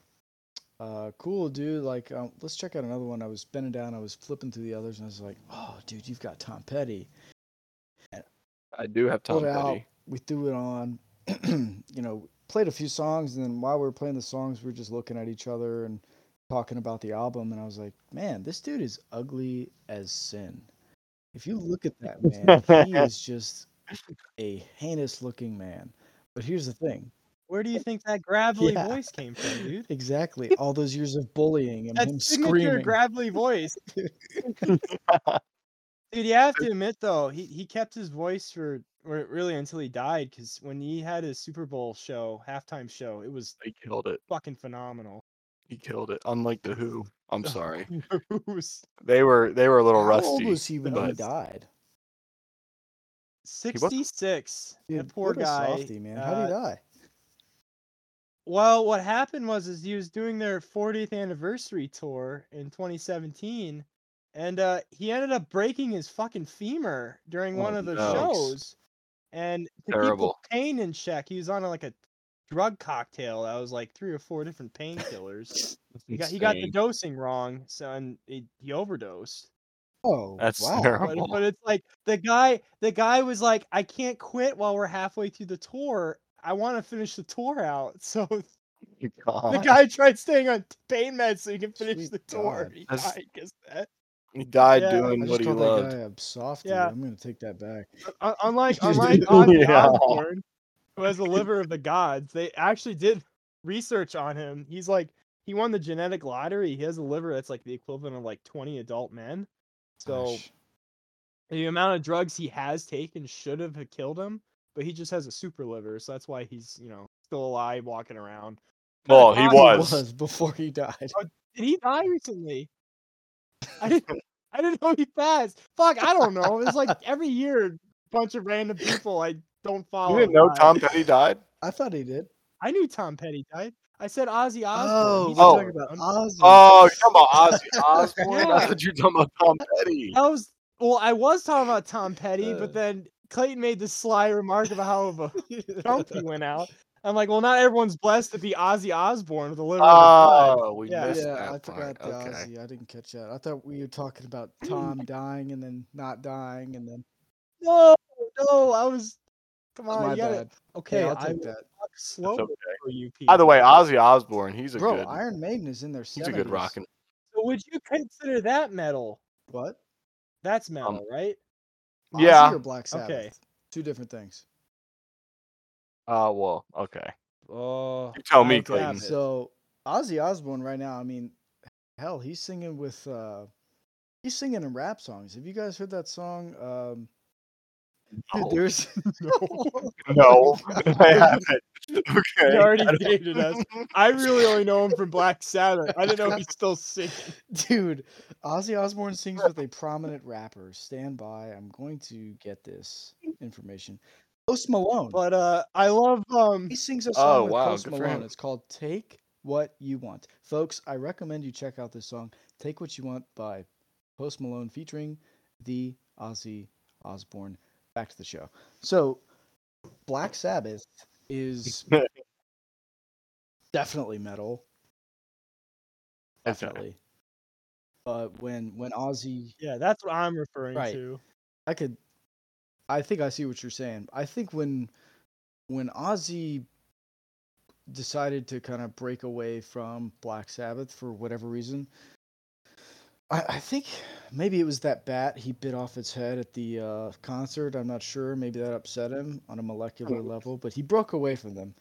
Speaker 3: uh, cool, dude. Like, um, let's check out another one. I was bending down, I was flipping through the others, and I was like, oh, dude, you've got Tom Petty.
Speaker 1: I do have Tom
Speaker 3: Pulled it out.
Speaker 1: Petty.
Speaker 3: We threw it on, you know, played a few songs, and then while we were playing the songs, we were just looking at each other and talking about the album. And I was like, man, this dude is ugly as sin. If you look at that man, he is just a heinous looking man. But here's the thing
Speaker 2: Where do you think that gravelly
Speaker 3: Yeah.
Speaker 2: voice came from, dude?
Speaker 3: Exactly. All those years of bullying and
Speaker 2: That
Speaker 3: him
Speaker 2: signature
Speaker 3: screaming.
Speaker 2: gravelly voice. Dude, you have to admit though, he, he kept his voice for or really until he died, because when he had his Super Bowl show, halftime show, it was
Speaker 1: He killed it.
Speaker 2: fucking phenomenal.
Speaker 1: He killed it. Unlike the Who. I'm sorry.
Speaker 2: It was
Speaker 1: They were they were a little
Speaker 3: How
Speaker 1: rusty.
Speaker 3: old was he when he
Speaker 1: but-
Speaker 3: died?
Speaker 1: wasn't-
Speaker 2: Sixty-six.
Speaker 3: Dude,
Speaker 2: that poor
Speaker 3: what a
Speaker 2: guy.
Speaker 3: softie, man. How did he
Speaker 2: uh,
Speaker 3: die?
Speaker 2: Well, what happened was is he was doing their 40th anniversary tour in 2017, and uh, he ended up breaking his fucking femur during
Speaker 1: Oh,
Speaker 2: one of the
Speaker 1: no.
Speaker 2: shows. And to keep
Speaker 1: Terrible.
Speaker 2: the pain in check, he was on like a drug cocktail that was like three or four different painkillers. he got he got the
Speaker 1: Insane.
Speaker 2: dosing wrong, so and he, he overdosed.
Speaker 3: Oh,
Speaker 1: That's
Speaker 3: wow.
Speaker 1: terrible.
Speaker 2: But, but it's like the guy the guy was like, I can't quit while we're halfway through the tour. I want to finish the tour out, so the
Speaker 1: God.
Speaker 2: guy tried staying on pain meds so he can finish
Speaker 3: Sweet
Speaker 2: the tour.
Speaker 3: God.
Speaker 2: He
Speaker 1: That's-
Speaker 2: died 'cause of that.
Speaker 1: He died
Speaker 2: Yeah,
Speaker 3: I
Speaker 1: doing
Speaker 3: just
Speaker 1: what he
Speaker 3: called
Speaker 1: loved.
Speaker 3: that guy a softie.
Speaker 2: Yeah.
Speaker 3: I'm gonna take that back.
Speaker 2: Un- Unlike unlike Ozzy
Speaker 1: Yeah.
Speaker 2: Osbourne, who has the liver of the gods, they actually did research on him. He's like he won the genetic lottery. He has a liver that's like the equivalent of like twenty adult men. So
Speaker 3: Gosh.
Speaker 2: the amount of drugs he has taken should have had killed him, but he just has a super liver, so that's why he's you know still alive, walking around. Kinda
Speaker 1: Well, he
Speaker 2: odd.
Speaker 3: He
Speaker 1: was.
Speaker 3: was before he died.
Speaker 2: Did he die recently? I didn't. I didn't know he passed. Fuck, I don't know. It's like every year, a bunch of random people I don't follow.
Speaker 1: You didn't know
Speaker 2: die.
Speaker 1: Tom Petty died?
Speaker 3: I thought he did.
Speaker 2: I knew Tom Petty died. I said Ozzy
Speaker 3: Oh,
Speaker 2: Osbourne.
Speaker 3: we're
Speaker 2: He's
Speaker 1: oh.
Speaker 2: dead.
Speaker 3: talking about
Speaker 2: Um,
Speaker 3: Ozzy.
Speaker 1: Oh, you're talking about Ozzy Osbourne? I
Speaker 2: Yeah.
Speaker 1: thought you were talking about Tom Petty.
Speaker 2: I was well. I was talking about Tom Petty,
Speaker 3: Uh.
Speaker 2: but then Clayton made this sly remark about how of a jump he went out. I'm like, well, not everyone's blessed to be Ozzy Osbourne with a liver. Oh,
Speaker 1: Oh, we
Speaker 2: Yeah.
Speaker 1: missed
Speaker 3: yeah, I
Speaker 1: that part.
Speaker 3: forgot the
Speaker 1: Okay.
Speaker 3: Ozzy. I didn't catch that. I thought we were talking about Tom dying and then not dying and then
Speaker 2: no, no, I was.
Speaker 1: Oh,
Speaker 2: Come on,
Speaker 3: my
Speaker 2: Uh, you gotta,
Speaker 3: bad.
Speaker 2: Okay,
Speaker 3: Okay, I'll
Speaker 2: I
Speaker 3: take
Speaker 2: will
Speaker 3: that.
Speaker 2: walk slow
Speaker 1: okay.
Speaker 2: for you.
Speaker 1: By the
Speaker 2: people.
Speaker 1: way, Ozzy Osbourne, he's a
Speaker 3: Bro,
Speaker 1: good
Speaker 3: Iron Maiden is in their 70s.
Speaker 1: he's a good rockin'
Speaker 2: So would you consider that metal?
Speaker 3: What?
Speaker 2: That's metal,
Speaker 1: Um,
Speaker 2: right?
Speaker 3: Ozzy
Speaker 1: Yeah.
Speaker 3: or Black Sabbath?
Speaker 2: Okay.
Speaker 3: Two different things.
Speaker 1: Oh well, okay.
Speaker 2: Oh,
Speaker 1: You tell me,
Speaker 2: Black Sabbath.
Speaker 1: Clayton.
Speaker 2: Sabbath.
Speaker 3: So Ozzy Osbourne right now, I mean, hell, he's singing with uh he's singing in rap songs. Have you guys heard that song? Um dude,
Speaker 1: No.
Speaker 3: there's
Speaker 1: Oh, No, I haven't.
Speaker 2: he
Speaker 1: Okay.
Speaker 2: already dated us. I really only know him from Black Sabbath. I didn't know he's still singing.
Speaker 3: dude, Ozzy Osbourne sings with a prominent rapper. Stand by, I'm going to get this information. Post Malone.
Speaker 2: But uh, I love um.
Speaker 3: He sings a
Speaker 1: Oh,
Speaker 3: song with
Speaker 1: wow,
Speaker 3: Post
Speaker 1: good for
Speaker 3: Malone.
Speaker 1: him.
Speaker 3: It's called "Take What You Want." Folks, I recommend you check out this song "Take What You Want" by Post Malone featuring the Ozzy Osbourne. Back to the show. So, Black Sabbath is definitely metal.
Speaker 1: Okay.
Speaker 3: Definitely. But when when Ozzy
Speaker 2: Yeah, that's what I'm referring
Speaker 3: Right.
Speaker 2: to.
Speaker 3: I could I think I see what you're saying. I think when when Ozzy decided to kind of break away from Black Sabbath for whatever reason. I, I think maybe it was that bat he bit off its head at the uh, concert. I'm not sure. Maybe that upset him on a molecular level, but he broke away from them.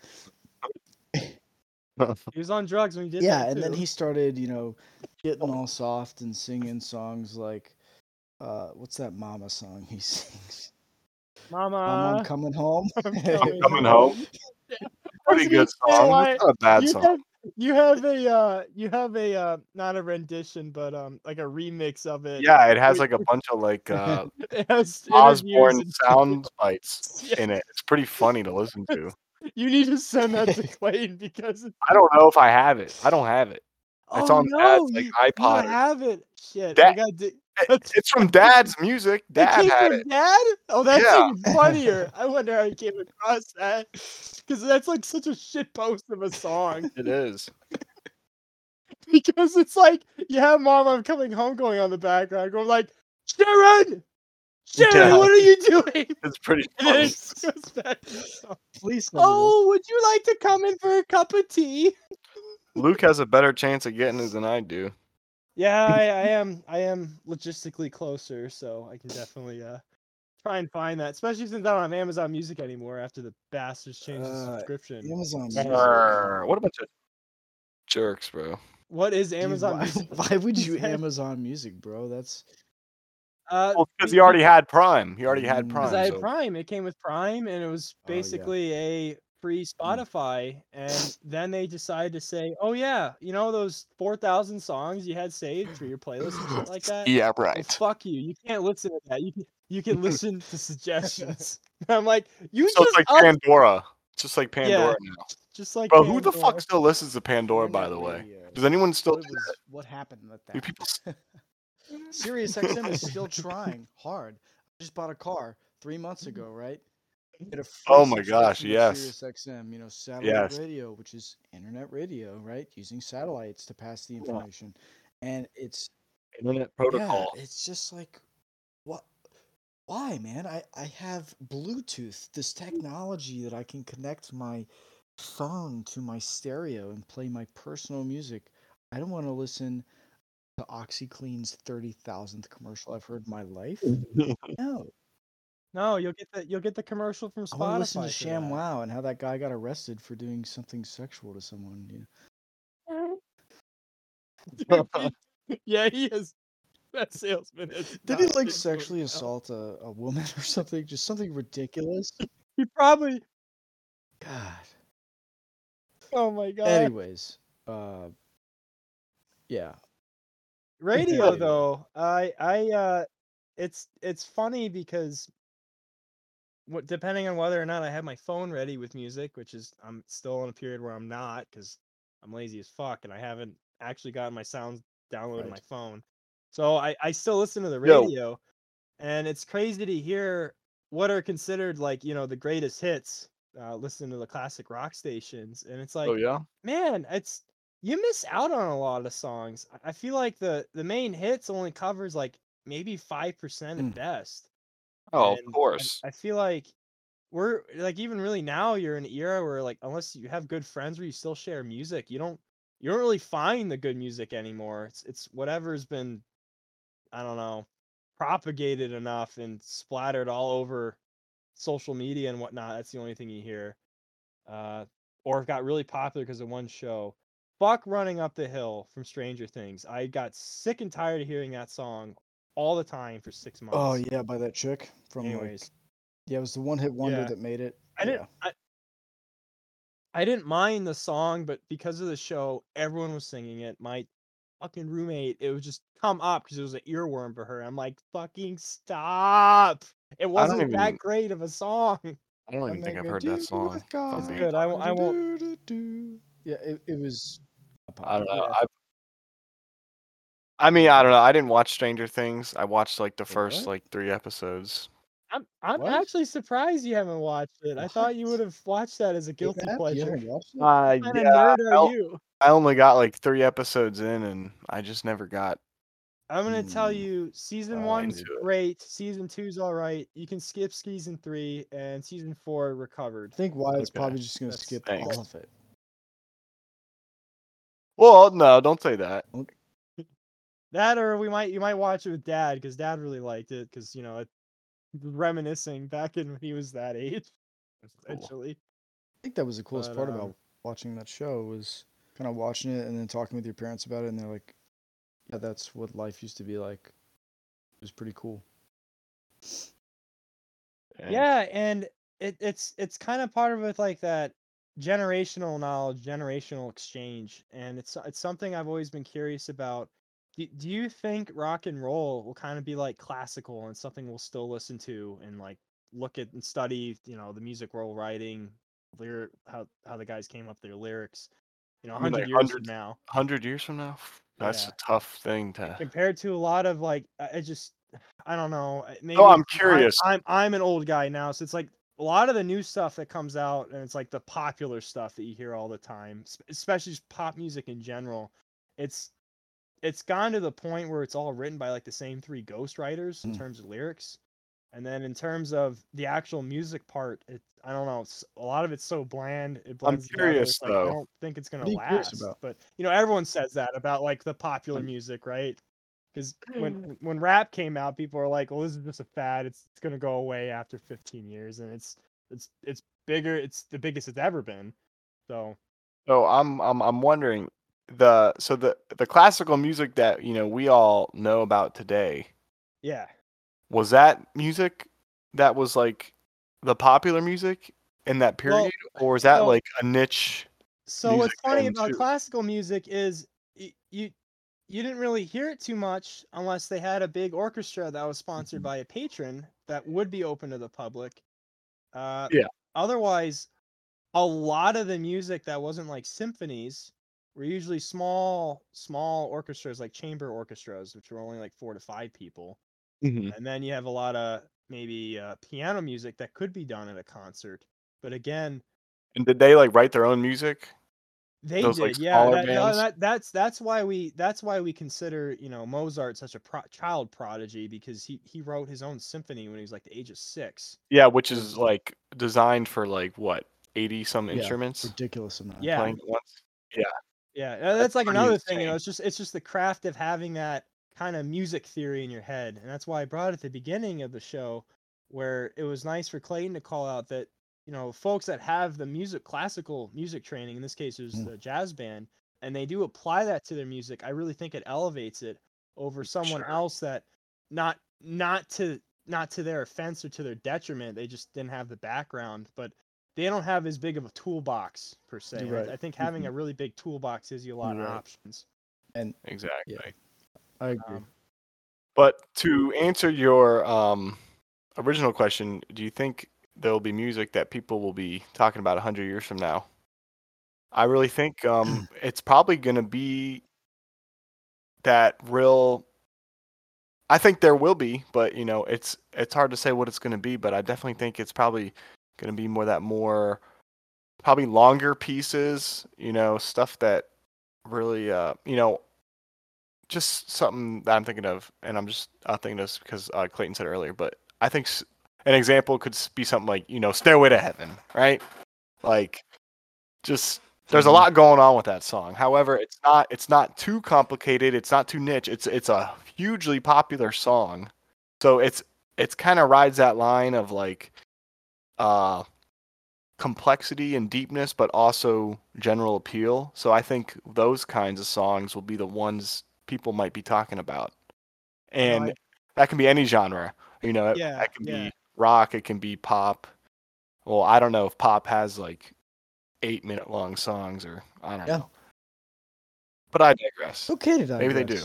Speaker 2: He was on drugs when he did
Speaker 3: yeah
Speaker 2: that.
Speaker 3: and then
Speaker 2: too.
Speaker 3: he started you know getting all soft and singing songs like uh what's that mama song he sings mama i'm
Speaker 2: Mama.
Speaker 3: coming home
Speaker 2: Uh, I'm coming
Speaker 1: Coming home. Pretty
Speaker 2: Doesn't
Speaker 1: good
Speaker 2: he sound
Speaker 1: song.
Speaker 2: like-
Speaker 1: It's not a bad
Speaker 2: you
Speaker 1: song.
Speaker 2: have, you have a uh, you have a uh, not a rendition, but um, like a remix of it.
Speaker 1: Yeah, it has like a bunch of like uh,
Speaker 2: it has interviews
Speaker 1: Osborne
Speaker 2: and-
Speaker 1: sound bites
Speaker 2: Yeah.
Speaker 1: in it. It's pretty funny to listen to.
Speaker 2: You need to send that to Clayton because it's,
Speaker 1: I don't know if I have it. I don't have it. It's
Speaker 2: oh,
Speaker 1: on
Speaker 2: no,
Speaker 1: Dad's, like,
Speaker 2: you,
Speaker 1: iPod
Speaker 2: You
Speaker 1: or-
Speaker 2: have it. Shit, I
Speaker 1: Dad-
Speaker 2: gotta do-
Speaker 1: It- It's from Dad's music. Dad
Speaker 2: it came
Speaker 1: had
Speaker 2: from
Speaker 1: it.
Speaker 2: Dad? Oh, that's
Speaker 1: Yeah.
Speaker 2: even funnier. I wonder how he came across that because that's like such a shit post of a song
Speaker 1: It is.
Speaker 2: because it's like, yeah, Mom, I'm coming home, going on the background, going like, Sharon, Sharon,
Speaker 3: Yeah.
Speaker 2: what are you doing?
Speaker 1: It's pretty
Speaker 2: And
Speaker 1: funny.
Speaker 2: then it goes back to the song.
Speaker 3: please send it in.
Speaker 2: Oh, would you like to come in for a cup of tea?
Speaker 1: Luke has a better chance of getting it than I do.
Speaker 2: Yeah, I, I am. I am logistically closer, so I can definitely uh try and find that. Especially since I don't have Amazon Music anymore after the bastards changed the
Speaker 3: Uh,
Speaker 2: subscription.
Speaker 3: amazon
Speaker 2: Yeah.
Speaker 3: music.
Speaker 1: Brr, What a bunch of jerks, bro.
Speaker 2: What is
Speaker 3: Dude,
Speaker 2: Amazon
Speaker 3: why,
Speaker 2: Music?
Speaker 3: why would you
Speaker 2: Exactly.
Speaker 3: amazon music bro that's
Speaker 2: Uh,
Speaker 1: Well, because he already had Prime. He already
Speaker 3: Mm.
Speaker 1: had
Speaker 3: 'Cause
Speaker 1: Prime.
Speaker 2: because I had
Speaker 1: so-
Speaker 2: Prime. It came with Prime, and it was
Speaker 3: Oh, yeah. Hmm.
Speaker 2: basically a free Spotify. And then they decided to say, "Oh yeah, you know those four thousand songs you had saved for your playlist and shit like that."
Speaker 4: Yeah,
Speaker 2: Well,
Speaker 4: right.
Speaker 2: fuck you. You can't listen to that. You can you can listen to suggestions. I'm like, you
Speaker 1: So it's
Speaker 2: just
Speaker 1: like
Speaker 2: up-
Speaker 1: Pandora. It's just like Pandora now.
Speaker 2: just like
Speaker 1: Bro, who the
Speaker 2: Pandora.
Speaker 1: fuck still listens to Pandora,
Speaker 3: internet
Speaker 1: by the way?
Speaker 3: radio.
Speaker 1: Does anyone still
Speaker 3: uh,
Speaker 1: do
Speaker 3: what, was, what happened with
Speaker 1: Do
Speaker 3: that
Speaker 1: people
Speaker 3: Sirius XM is still trying hard. I just bought a car three months ago, right? Get a free
Speaker 1: Oh my gosh,
Speaker 3: subscription to
Speaker 1: yes.
Speaker 3: Sirius XM, you know, satellite
Speaker 1: Yes.
Speaker 3: radio, which is internet radio, right? Using satellites to pass the information. And it's
Speaker 1: internet
Speaker 3: yeah, it's just like what why, man? I, I have Bluetooth, this
Speaker 2: Mm.
Speaker 3: technology that I can connect my phone to my stereo and play my personal music. I don't want to listen to OxyClean's 30,000th commercial I've heard in my life.
Speaker 2: Mm.
Speaker 3: No.
Speaker 2: No, you'll get the you'll get the commercial from
Speaker 3: I
Speaker 2: Spotify.
Speaker 3: want to listen to
Speaker 2: for
Speaker 3: Sham
Speaker 2: that.
Speaker 3: Wow and how that guy got arrested for doing something sexual to someone. You know?
Speaker 2: yeah, he is. That salesman is.
Speaker 3: Did he
Speaker 2: not
Speaker 3: like
Speaker 2: good
Speaker 3: sexually
Speaker 2: for-
Speaker 3: assault a, a woman or something? Just something ridiculous.
Speaker 2: He probably.
Speaker 3: God.
Speaker 2: Oh my god.
Speaker 3: Anyways, uh, yeah.
Speaker 2: radio
Speaker 3: Yeah.
Speaker 2: though i i uh it's it's funny because what depending on whether or not i have my phone ready with music which is i'm still in a period where i'm not because i'm lazy as fuck and i haven't actually gotten my sounds downloaded on my
Speaker 3: Right.
Speaker 2: phone so i i still listen to the
Speaker 1: Yo.
Speaker 2: radio and it's crazy to hear what are considered like you know the greatest hits uh listening to the classic rock stations and it's like
Speaker 1: oh yeah.
Speaker 2: man, it's you miss out on a lot of songs. I- I feel like the the main hits only covers like maybe five percent
Speaker 3: Mm.
Speaker 2: at best.
Speaker 1: Oh,
Speaker 2: And
Speaker 1: of course.
Speaker 2: I, I feel like we're like even really now you're in an era where like unless you have good friends where you still share music, you don't you don't really find the good music anymore. It's it's whatever's been I don't know propagated enough and splattered all over social media and whatnot. That's the only thing you hear. Uh, or it got really popular because of one show. Fuck running up the hill from Stranger Things. I got sick and tired of hearing that song all the time for six months.
Speaker 3: Oh yeah, by that chick from like-
Speaker 2: Anyways,
Speaker 3: yeah, it was the one hit wonder
Speaker 2: Yeah.
Speaker 3: that made it.
Speaker 2: I didn't. I, I didn't mind the song, but because of the show, everyone was singing it. My fucking roommate, it was just come up because it was an earworm for her. I'm like, fucking stop! It wasn't
Speaker 1: even-
Speaker 2: that great of a song.
Speaker 1: I don't even think I've heard that song. I'm being-
Speaker 2: Good, I won't- I won't-
Speaker 3: Yeah, it, it was. a pop.
Speaker 1: I don't know. I, I mean, I don't know. I didn't watch Stranger Things. I watched like the first
Speaker 3: what?
Speaker 1: like three episodes.
Speaker 2: I'm I'm
Speaker 3: What?
Speaker 2: actually surprised you haven't watched it. I thought you
Speaker 3: What?
Speaker 2: would have watched that as a guilty
Speaker 3: Yeah, you
Speaker 2: pleasure.
Speaker 3: haven't watched it?
Speaker 1: Uh,
Speaker 2: What kind of nerd
Speaker 1: I'll-
Speaker 2: are you?
Speaker 1: I only got like three episodes in, and I just never got.
Speaker 2: I'm gonna tell
Speaker 3: Mm.
Speaker 2: you, season
Speaker 3: Uh,
Speaker 2: one's
Speaker 1: into it.
Speaker 2: great, season two's all right. You can skip season three, and season four recovered.
Speaker 3: I think Wyatt's
Speaker 1: Okay,
Speaker 3: probably just gonna
Speaker 2: that's-
Speaker 3: skip
Speaker 1: thanks.
Speaker 3: all of it.
Speaker 1: Well, no, don't say that.
Speaker 2: That or we might you might watch it with dad because dad really liked it because you know it, reminiscing back in when he was that age
Speaker 1: Cool.
Speaker 2: essentially.
Speaker 3: think that was the coolest
Speaker 2: But,
Speaker 3: part
Speaker 2: um,
Speaker 3: about watching that show was kind of watching it and then talking with your parents about it, and they're like, "Yeah, that's what life used to be like." It was pretty cool.
Speaker 1: And
Speaker 2: Yeah, and it, it's it's kind of part of it like that generational knowledge, generational exchange, and it's it's something I've always been curious about. Do, do you think rock and roll will kind of be like classical and something we'll still listen to and like look at and study? You know, the music we're all writing, lyric how how the guys came up with their lyrics. You know,
Speaker 1: You mean,
Speaker 2: hundred
Speaker 1: like,
Speaker 2: years from
Speaker 1: 100
Speaker 2: now,
Speaker 1: 100 years from now? That's
Speaker 2: Yeah.
Speaker 1: a tough thing to.
Speaker 2: compared to a lot of like I I just I don't know. uh, Maybe
Speaker 1: Oh, I'm
Speaker 2: it's-
Speaker 1: curious.
Speaker 2: I'm, I'm an old guy now, so it's like a lot of the new stuff that comes out, and it's like the popular stuff that you hear all the time, s- especially just pop music in general. It's it's gone to the point where it's all written by like the same three ghostwriters in
Speaker 3: Mm.
Speaker 2: terms of lyrics, and then in terms of the actual music part, it I don't know. It's, a lot of it's so bland. It blends together,
Speaker 1: curious,
Speaker 2: it's like,
Speaker 1: though.
Speaker 2: I don't think it's gonna
Speaker 3: What are you curious
Speaker 2: last.
Speaker 3: about?
Speaker 2: But you know, everyone says that about like the popular
Speaker 3: Um,
Speaker 2: music, right? Because when when rap came out, people are like, "Well, this is just a fad. It's, it's gonna go away after 15 years," and it's it's it's bigger. It's the biggest it's ever been. So
Speaker 1: So I'm I'm I'm wondering the so the the classical music that you know we all know about today
Speaker 2: yeah,
Speaker 1: was that music that was like the popular music in that
Speaker 2: Well,
Speaker 1: period, or was that
Speaker 2: well-
Speaker 1: like a niche?
Speaker 2: So
Speaker 1: music
Speaker 2: what's funny
Speaker 1: then,
Speaker 2: about
Speaker 1: too.
Speaker 2: classical music is y- you you didn't really hear it too much unless they had a big orchestra that was sponsored
Speaker 3: Mhm.
Speaker 1: Mm-hmm.
Speaker 2: by a patron that would be open to the public. Uh,
Speaker 1: Yeah.
Speaker 2: Otherwise, a lot of the music that wasn't like symphonies were usually small small orchestras like chamber orchestras, which were only like four to five people
Speaker 1: Mm-hmm.
Speaker 2: and then you have a lot of maybe uh, piano music that could be done at a concert. But again,
Speaker 1: And did they like write their own music?
Speaker 2: They
Speaker 1: those,
Speaker 2: did,
Speaker 1: like,
Speaker 2: yeah.
Speaker 1: smaller
Speaker 2: That, no,
Speaker 1: bands?
Speaker 2: that- that's that's why we that's why we consider you know Mozart such a pro- child prodigy because he he wrote his own symphony when he was like the age of six.
Speaker 1: Yeah, which is like designed for like what eighty some
Speaker 3: Yeah.
Speaker 1: instruments
Speaker 3: Ridiculous amount.
Speaker 2: Yeah.
Speaker 1: playing at once.
Speaker 2: Yeah, uh, that's, like
Speaker 1: pretty
Speaker 2: another thing. You know,
Speaker 1: insane.
Speaker 2: it's just it's just the craft of having that kind of music theory in your head, and that's why I brought it at the beginning of the show, where it was nice for Clayton to call out that you know folks that have the music classical music training in this case is
Speaker 3: Mm.
Speaker 2: the jazz band, and they do apply that to their music. I really think it elevates it over someone
Speaker 1: sure.
Speaker 2: else that not not to not to their offense or to their detriment. They just didn't have the background, but they don't have as big of a toolbox per se. and
Speaker 3: You're
Speaker 2: I-
Speaker 3: right.
Speaker 2: I think having a really big toolbox gives you a lot
Speaker 3: You're
Speaker 2: of
Speaker 3: right.
Speaker 2: options.
Speaker 1: Exactly.
Speaker 3: I agree.
Speaker 2: Um,
Speaker 1: But to answer your um, original question, do you think there will be music that people will be talking about 100 years from now? I really think um, it's probably going to be that real. I think there will be, but you know, it's it's hard to say what it's going to be. But I definitely think it's probably going to be more that more probably longer pieces. You know, stuff that really uh, you know just something that I'm thinking of, and I'm just uh, thinking of this because uh, Clayton said it earlier, but I think s- an example could s- be something like you know "Stairway to Heaven," right? Like, just there's a
Speaker 3: Mhm.
Speaker 1: lot going on with that song. However, it's not it's not too complicated. It's not too niche. It's it's a hugely popular song, so it's it's kind of rides that line of like uh complexity and deepness but also general appeal so i think those kinds of songs will be the ones people might be talking about and
Speaker 2: I-
Speaker 1: that can be any genre you know it-
Speaker 2: Yeah,
Speaker 1: that can
Speaker 2: yeah.
Speaker 1: be rock it can be pop well i don't know if pop has like eight minute long songs or i don't
Speaker 3: Yeah.
Speaker 1: know but i digress
Speaker 3: It's okay to digress.
Speaker 1: maybe they do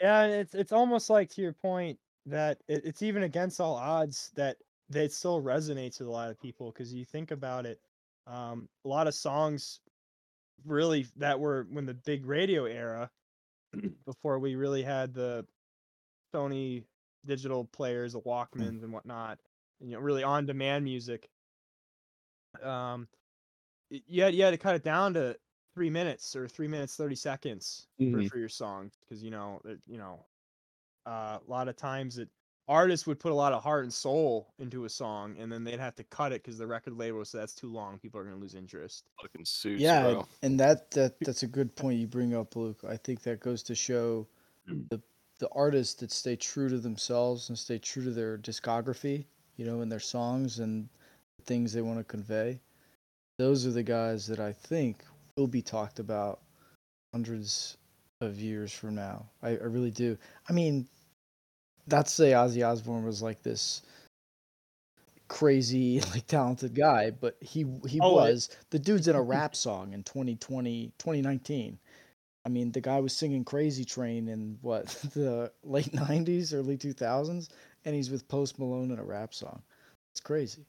Speaker 2: Yeah, and it's it's almost like to your point that it, it's even against all odds that that it still resonates with a lot of people because you think about it, um, a lot of songs really that were when the big radio era before we really had the Sony digital players, the Walkmans and whatnot, you know, really on demand music. Um, y- you had you had to cut it down to three minutes or three minutes thirty seconds for,
Speaker 3: Mhm.
Speaker 2: for your song because you know it, you know uh, a lot of times it artists would put a lot of heart and soul into a song, and then they'd have to cut it because the record label said that's too long. People are gonna lose interest.
Speaker 1: Fucking suits,
Speaker 3: yeah,
Speaker 1: bro.
Speaker 3: and that that that's a good point you bring up, Luke. I think that goes to show
Speaker 1: Mm.
Speaker 3: the the artists that stay true to themselves and stay true to their discography, you know, and their songs and the things they want to convey. Those are the guys that I think will be talked about hundreds of years from now. I, I really do. I mean, not to say Ozzy Osbourne was like this crazy, like talented guy, but he he
Speaker 2: Oh, it-
Speaker 3: was. The dude's in a rap song in 2020, 2019. I mean, the guy was singing Crazy Train in what the late 90s, early 2000s, and he's with Post Malone in a rap song. It's crazy.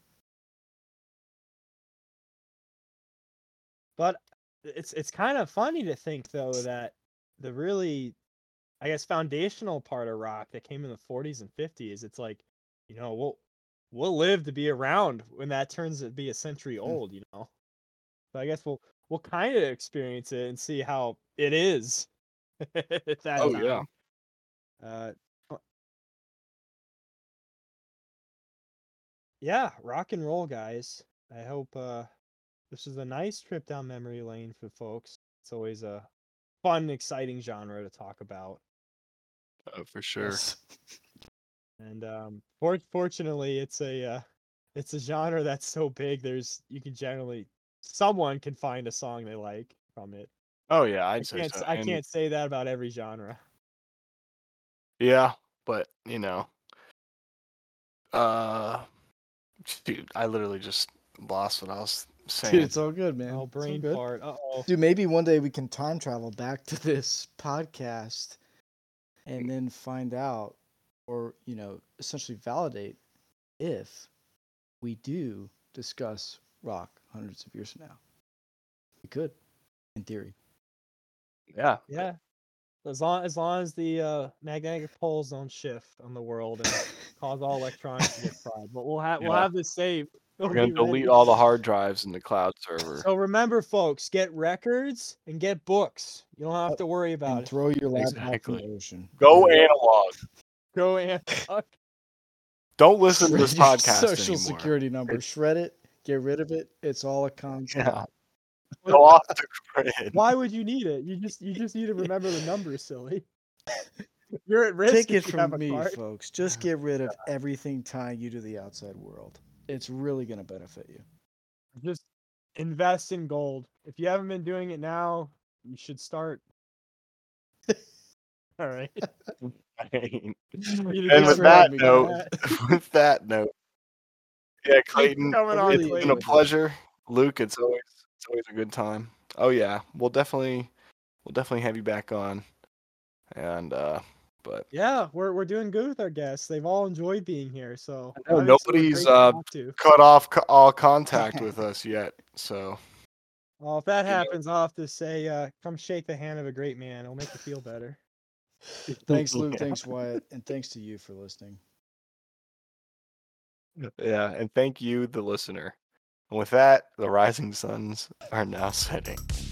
Speaker 2: But it's it's kind of funny to think though that the really I guess foundational part of rock that came in the 40s and 50s, it's like, you know, we'll we'll live to be around when that turns to be a
Speaker 1: Mm.
Speaker 2: century old, you know. So I guess we'll we'll kind of experience it and see how it is. at that
Speaker 1: Oh
Speaker 2: time.
Speaker 1: yeah.
Speaker 2: Uh, oh. yeah, rock and roll, guys. I hope uh, this is a nice trip down memory lane for folks. It's always a fun, exciting genre to talk about.
Speaker 1: Oh, for sure.
Speaker 3: Yes.
Speaker 2: And um, for- fortunately, it's a uh, it's a genre that's so big. There's you can generally someone can find a song they like from it.
Speaker 1: Oh yeah,
Speaker 2: I
Speaker 1: I'd say
Speaker 2: can't
Speaker 1: so.
Speaker 2: s- I
Speaker 1: And-
Speaker 2: can't say that about every genre.
Speaker 1: Yeah, but you know, uh, dude, I literally just lost what I was saying.
Speaker 3: Dude, it's all good, man.
Speaker 2: Oh,
Speaker 3: It's all
Speaker 2: brain
Speaker 3: good.
Speaker 2: fart. Uh oh.
Speaker 3: Dude, maybe one day we can time travel back to this podcast and then find out or, you know, essentially validate if we do discuss rock hundreds of years from now. We could, in theory.
Speaker 1: yeah,
Speaker 2: Yeah. As long as long as the uh, magnetic poles don't shift on the world and cause all electronics to get fried, but we'll have we'll
Speaker 1: Yeah.
Speaker 2: have this saved.
Speaker 1: we're gonna delete all the hard drives in the cloud server.
Speaker 2: So remember, folks, get records and get books. You don't have to worry about
Speaker 3: and
Speaker 2: it.
Speaker 3: throw your laptop
Speaker 1: Exactly.
Speaker 3: in the ocean.
Speaker 1: Go analog.
Speaker 2: Go and
Speaker 1: Don't listen to this
Speaker 3: Shred your
Speaker 1: podcast
Speaker 3: Social
Speaker 1: anymore.
Speaker 3: security number. Shred it. Get rid of it. It's all a con.
Speaker 1: Yeah. Go off the grid.
Speaker 2: why would you need it? You just you just need to remember the numbers, silly. You're at risk.
Speaker 3: Take
Speaker 2: if
Speaker 3: it
Speaker 2: you have
Speaker 3: from
Speaker 2: a
Speaker 3: me,
Speaker 2: card.
Speaker 3: folks. Just get rid of everything tying you to the outside world. It's really going to benefit you.
Speaker 2: Just invest in gold. If you haven't been doing it now, you should start. All right. You
Speaker 1: And
Speaker 2: just
Speaker 1: with
Speaker 2: remember
Speaker 1: that
Speaker 3: me,
Speaker 1: note, with that note, yeah, Clayton,
Speaker 2: coming on,
Speaker 1: it's been a
Speaker 2: Clayton.
Speaker 1: pleasure. Luke, it's always it's always a good time. Oh yeah, we'll definitely we'll definitely have you back on. And uh, but
Speaker 2: Yeah, we're we're doing good with our guests. They've all enjoyed being here. So
Speaker 1: know,
Speaker 2: obviously we're
Speaker 1: nobody's,
Speaker 2: great to
Speaker 1: uh,
Speaker 2: talk to.
Speaker 1: cut off co- all contact with us yet. So
Speaker 2: Well, if that
Speaker 1: you know-
Speaker 2: happens, I'll have to say, uh, come shake the hand of a great man. It'll make you feel better.
Speaker 3: Thanks, Luke.
Speaker 1: Yeah.
Speaker 3: Thanks, Wyatt. And thanks to you for listening.
Speaker 1: Uh, yeah, and thank you, the listener. And with that, the rising suns are now setting.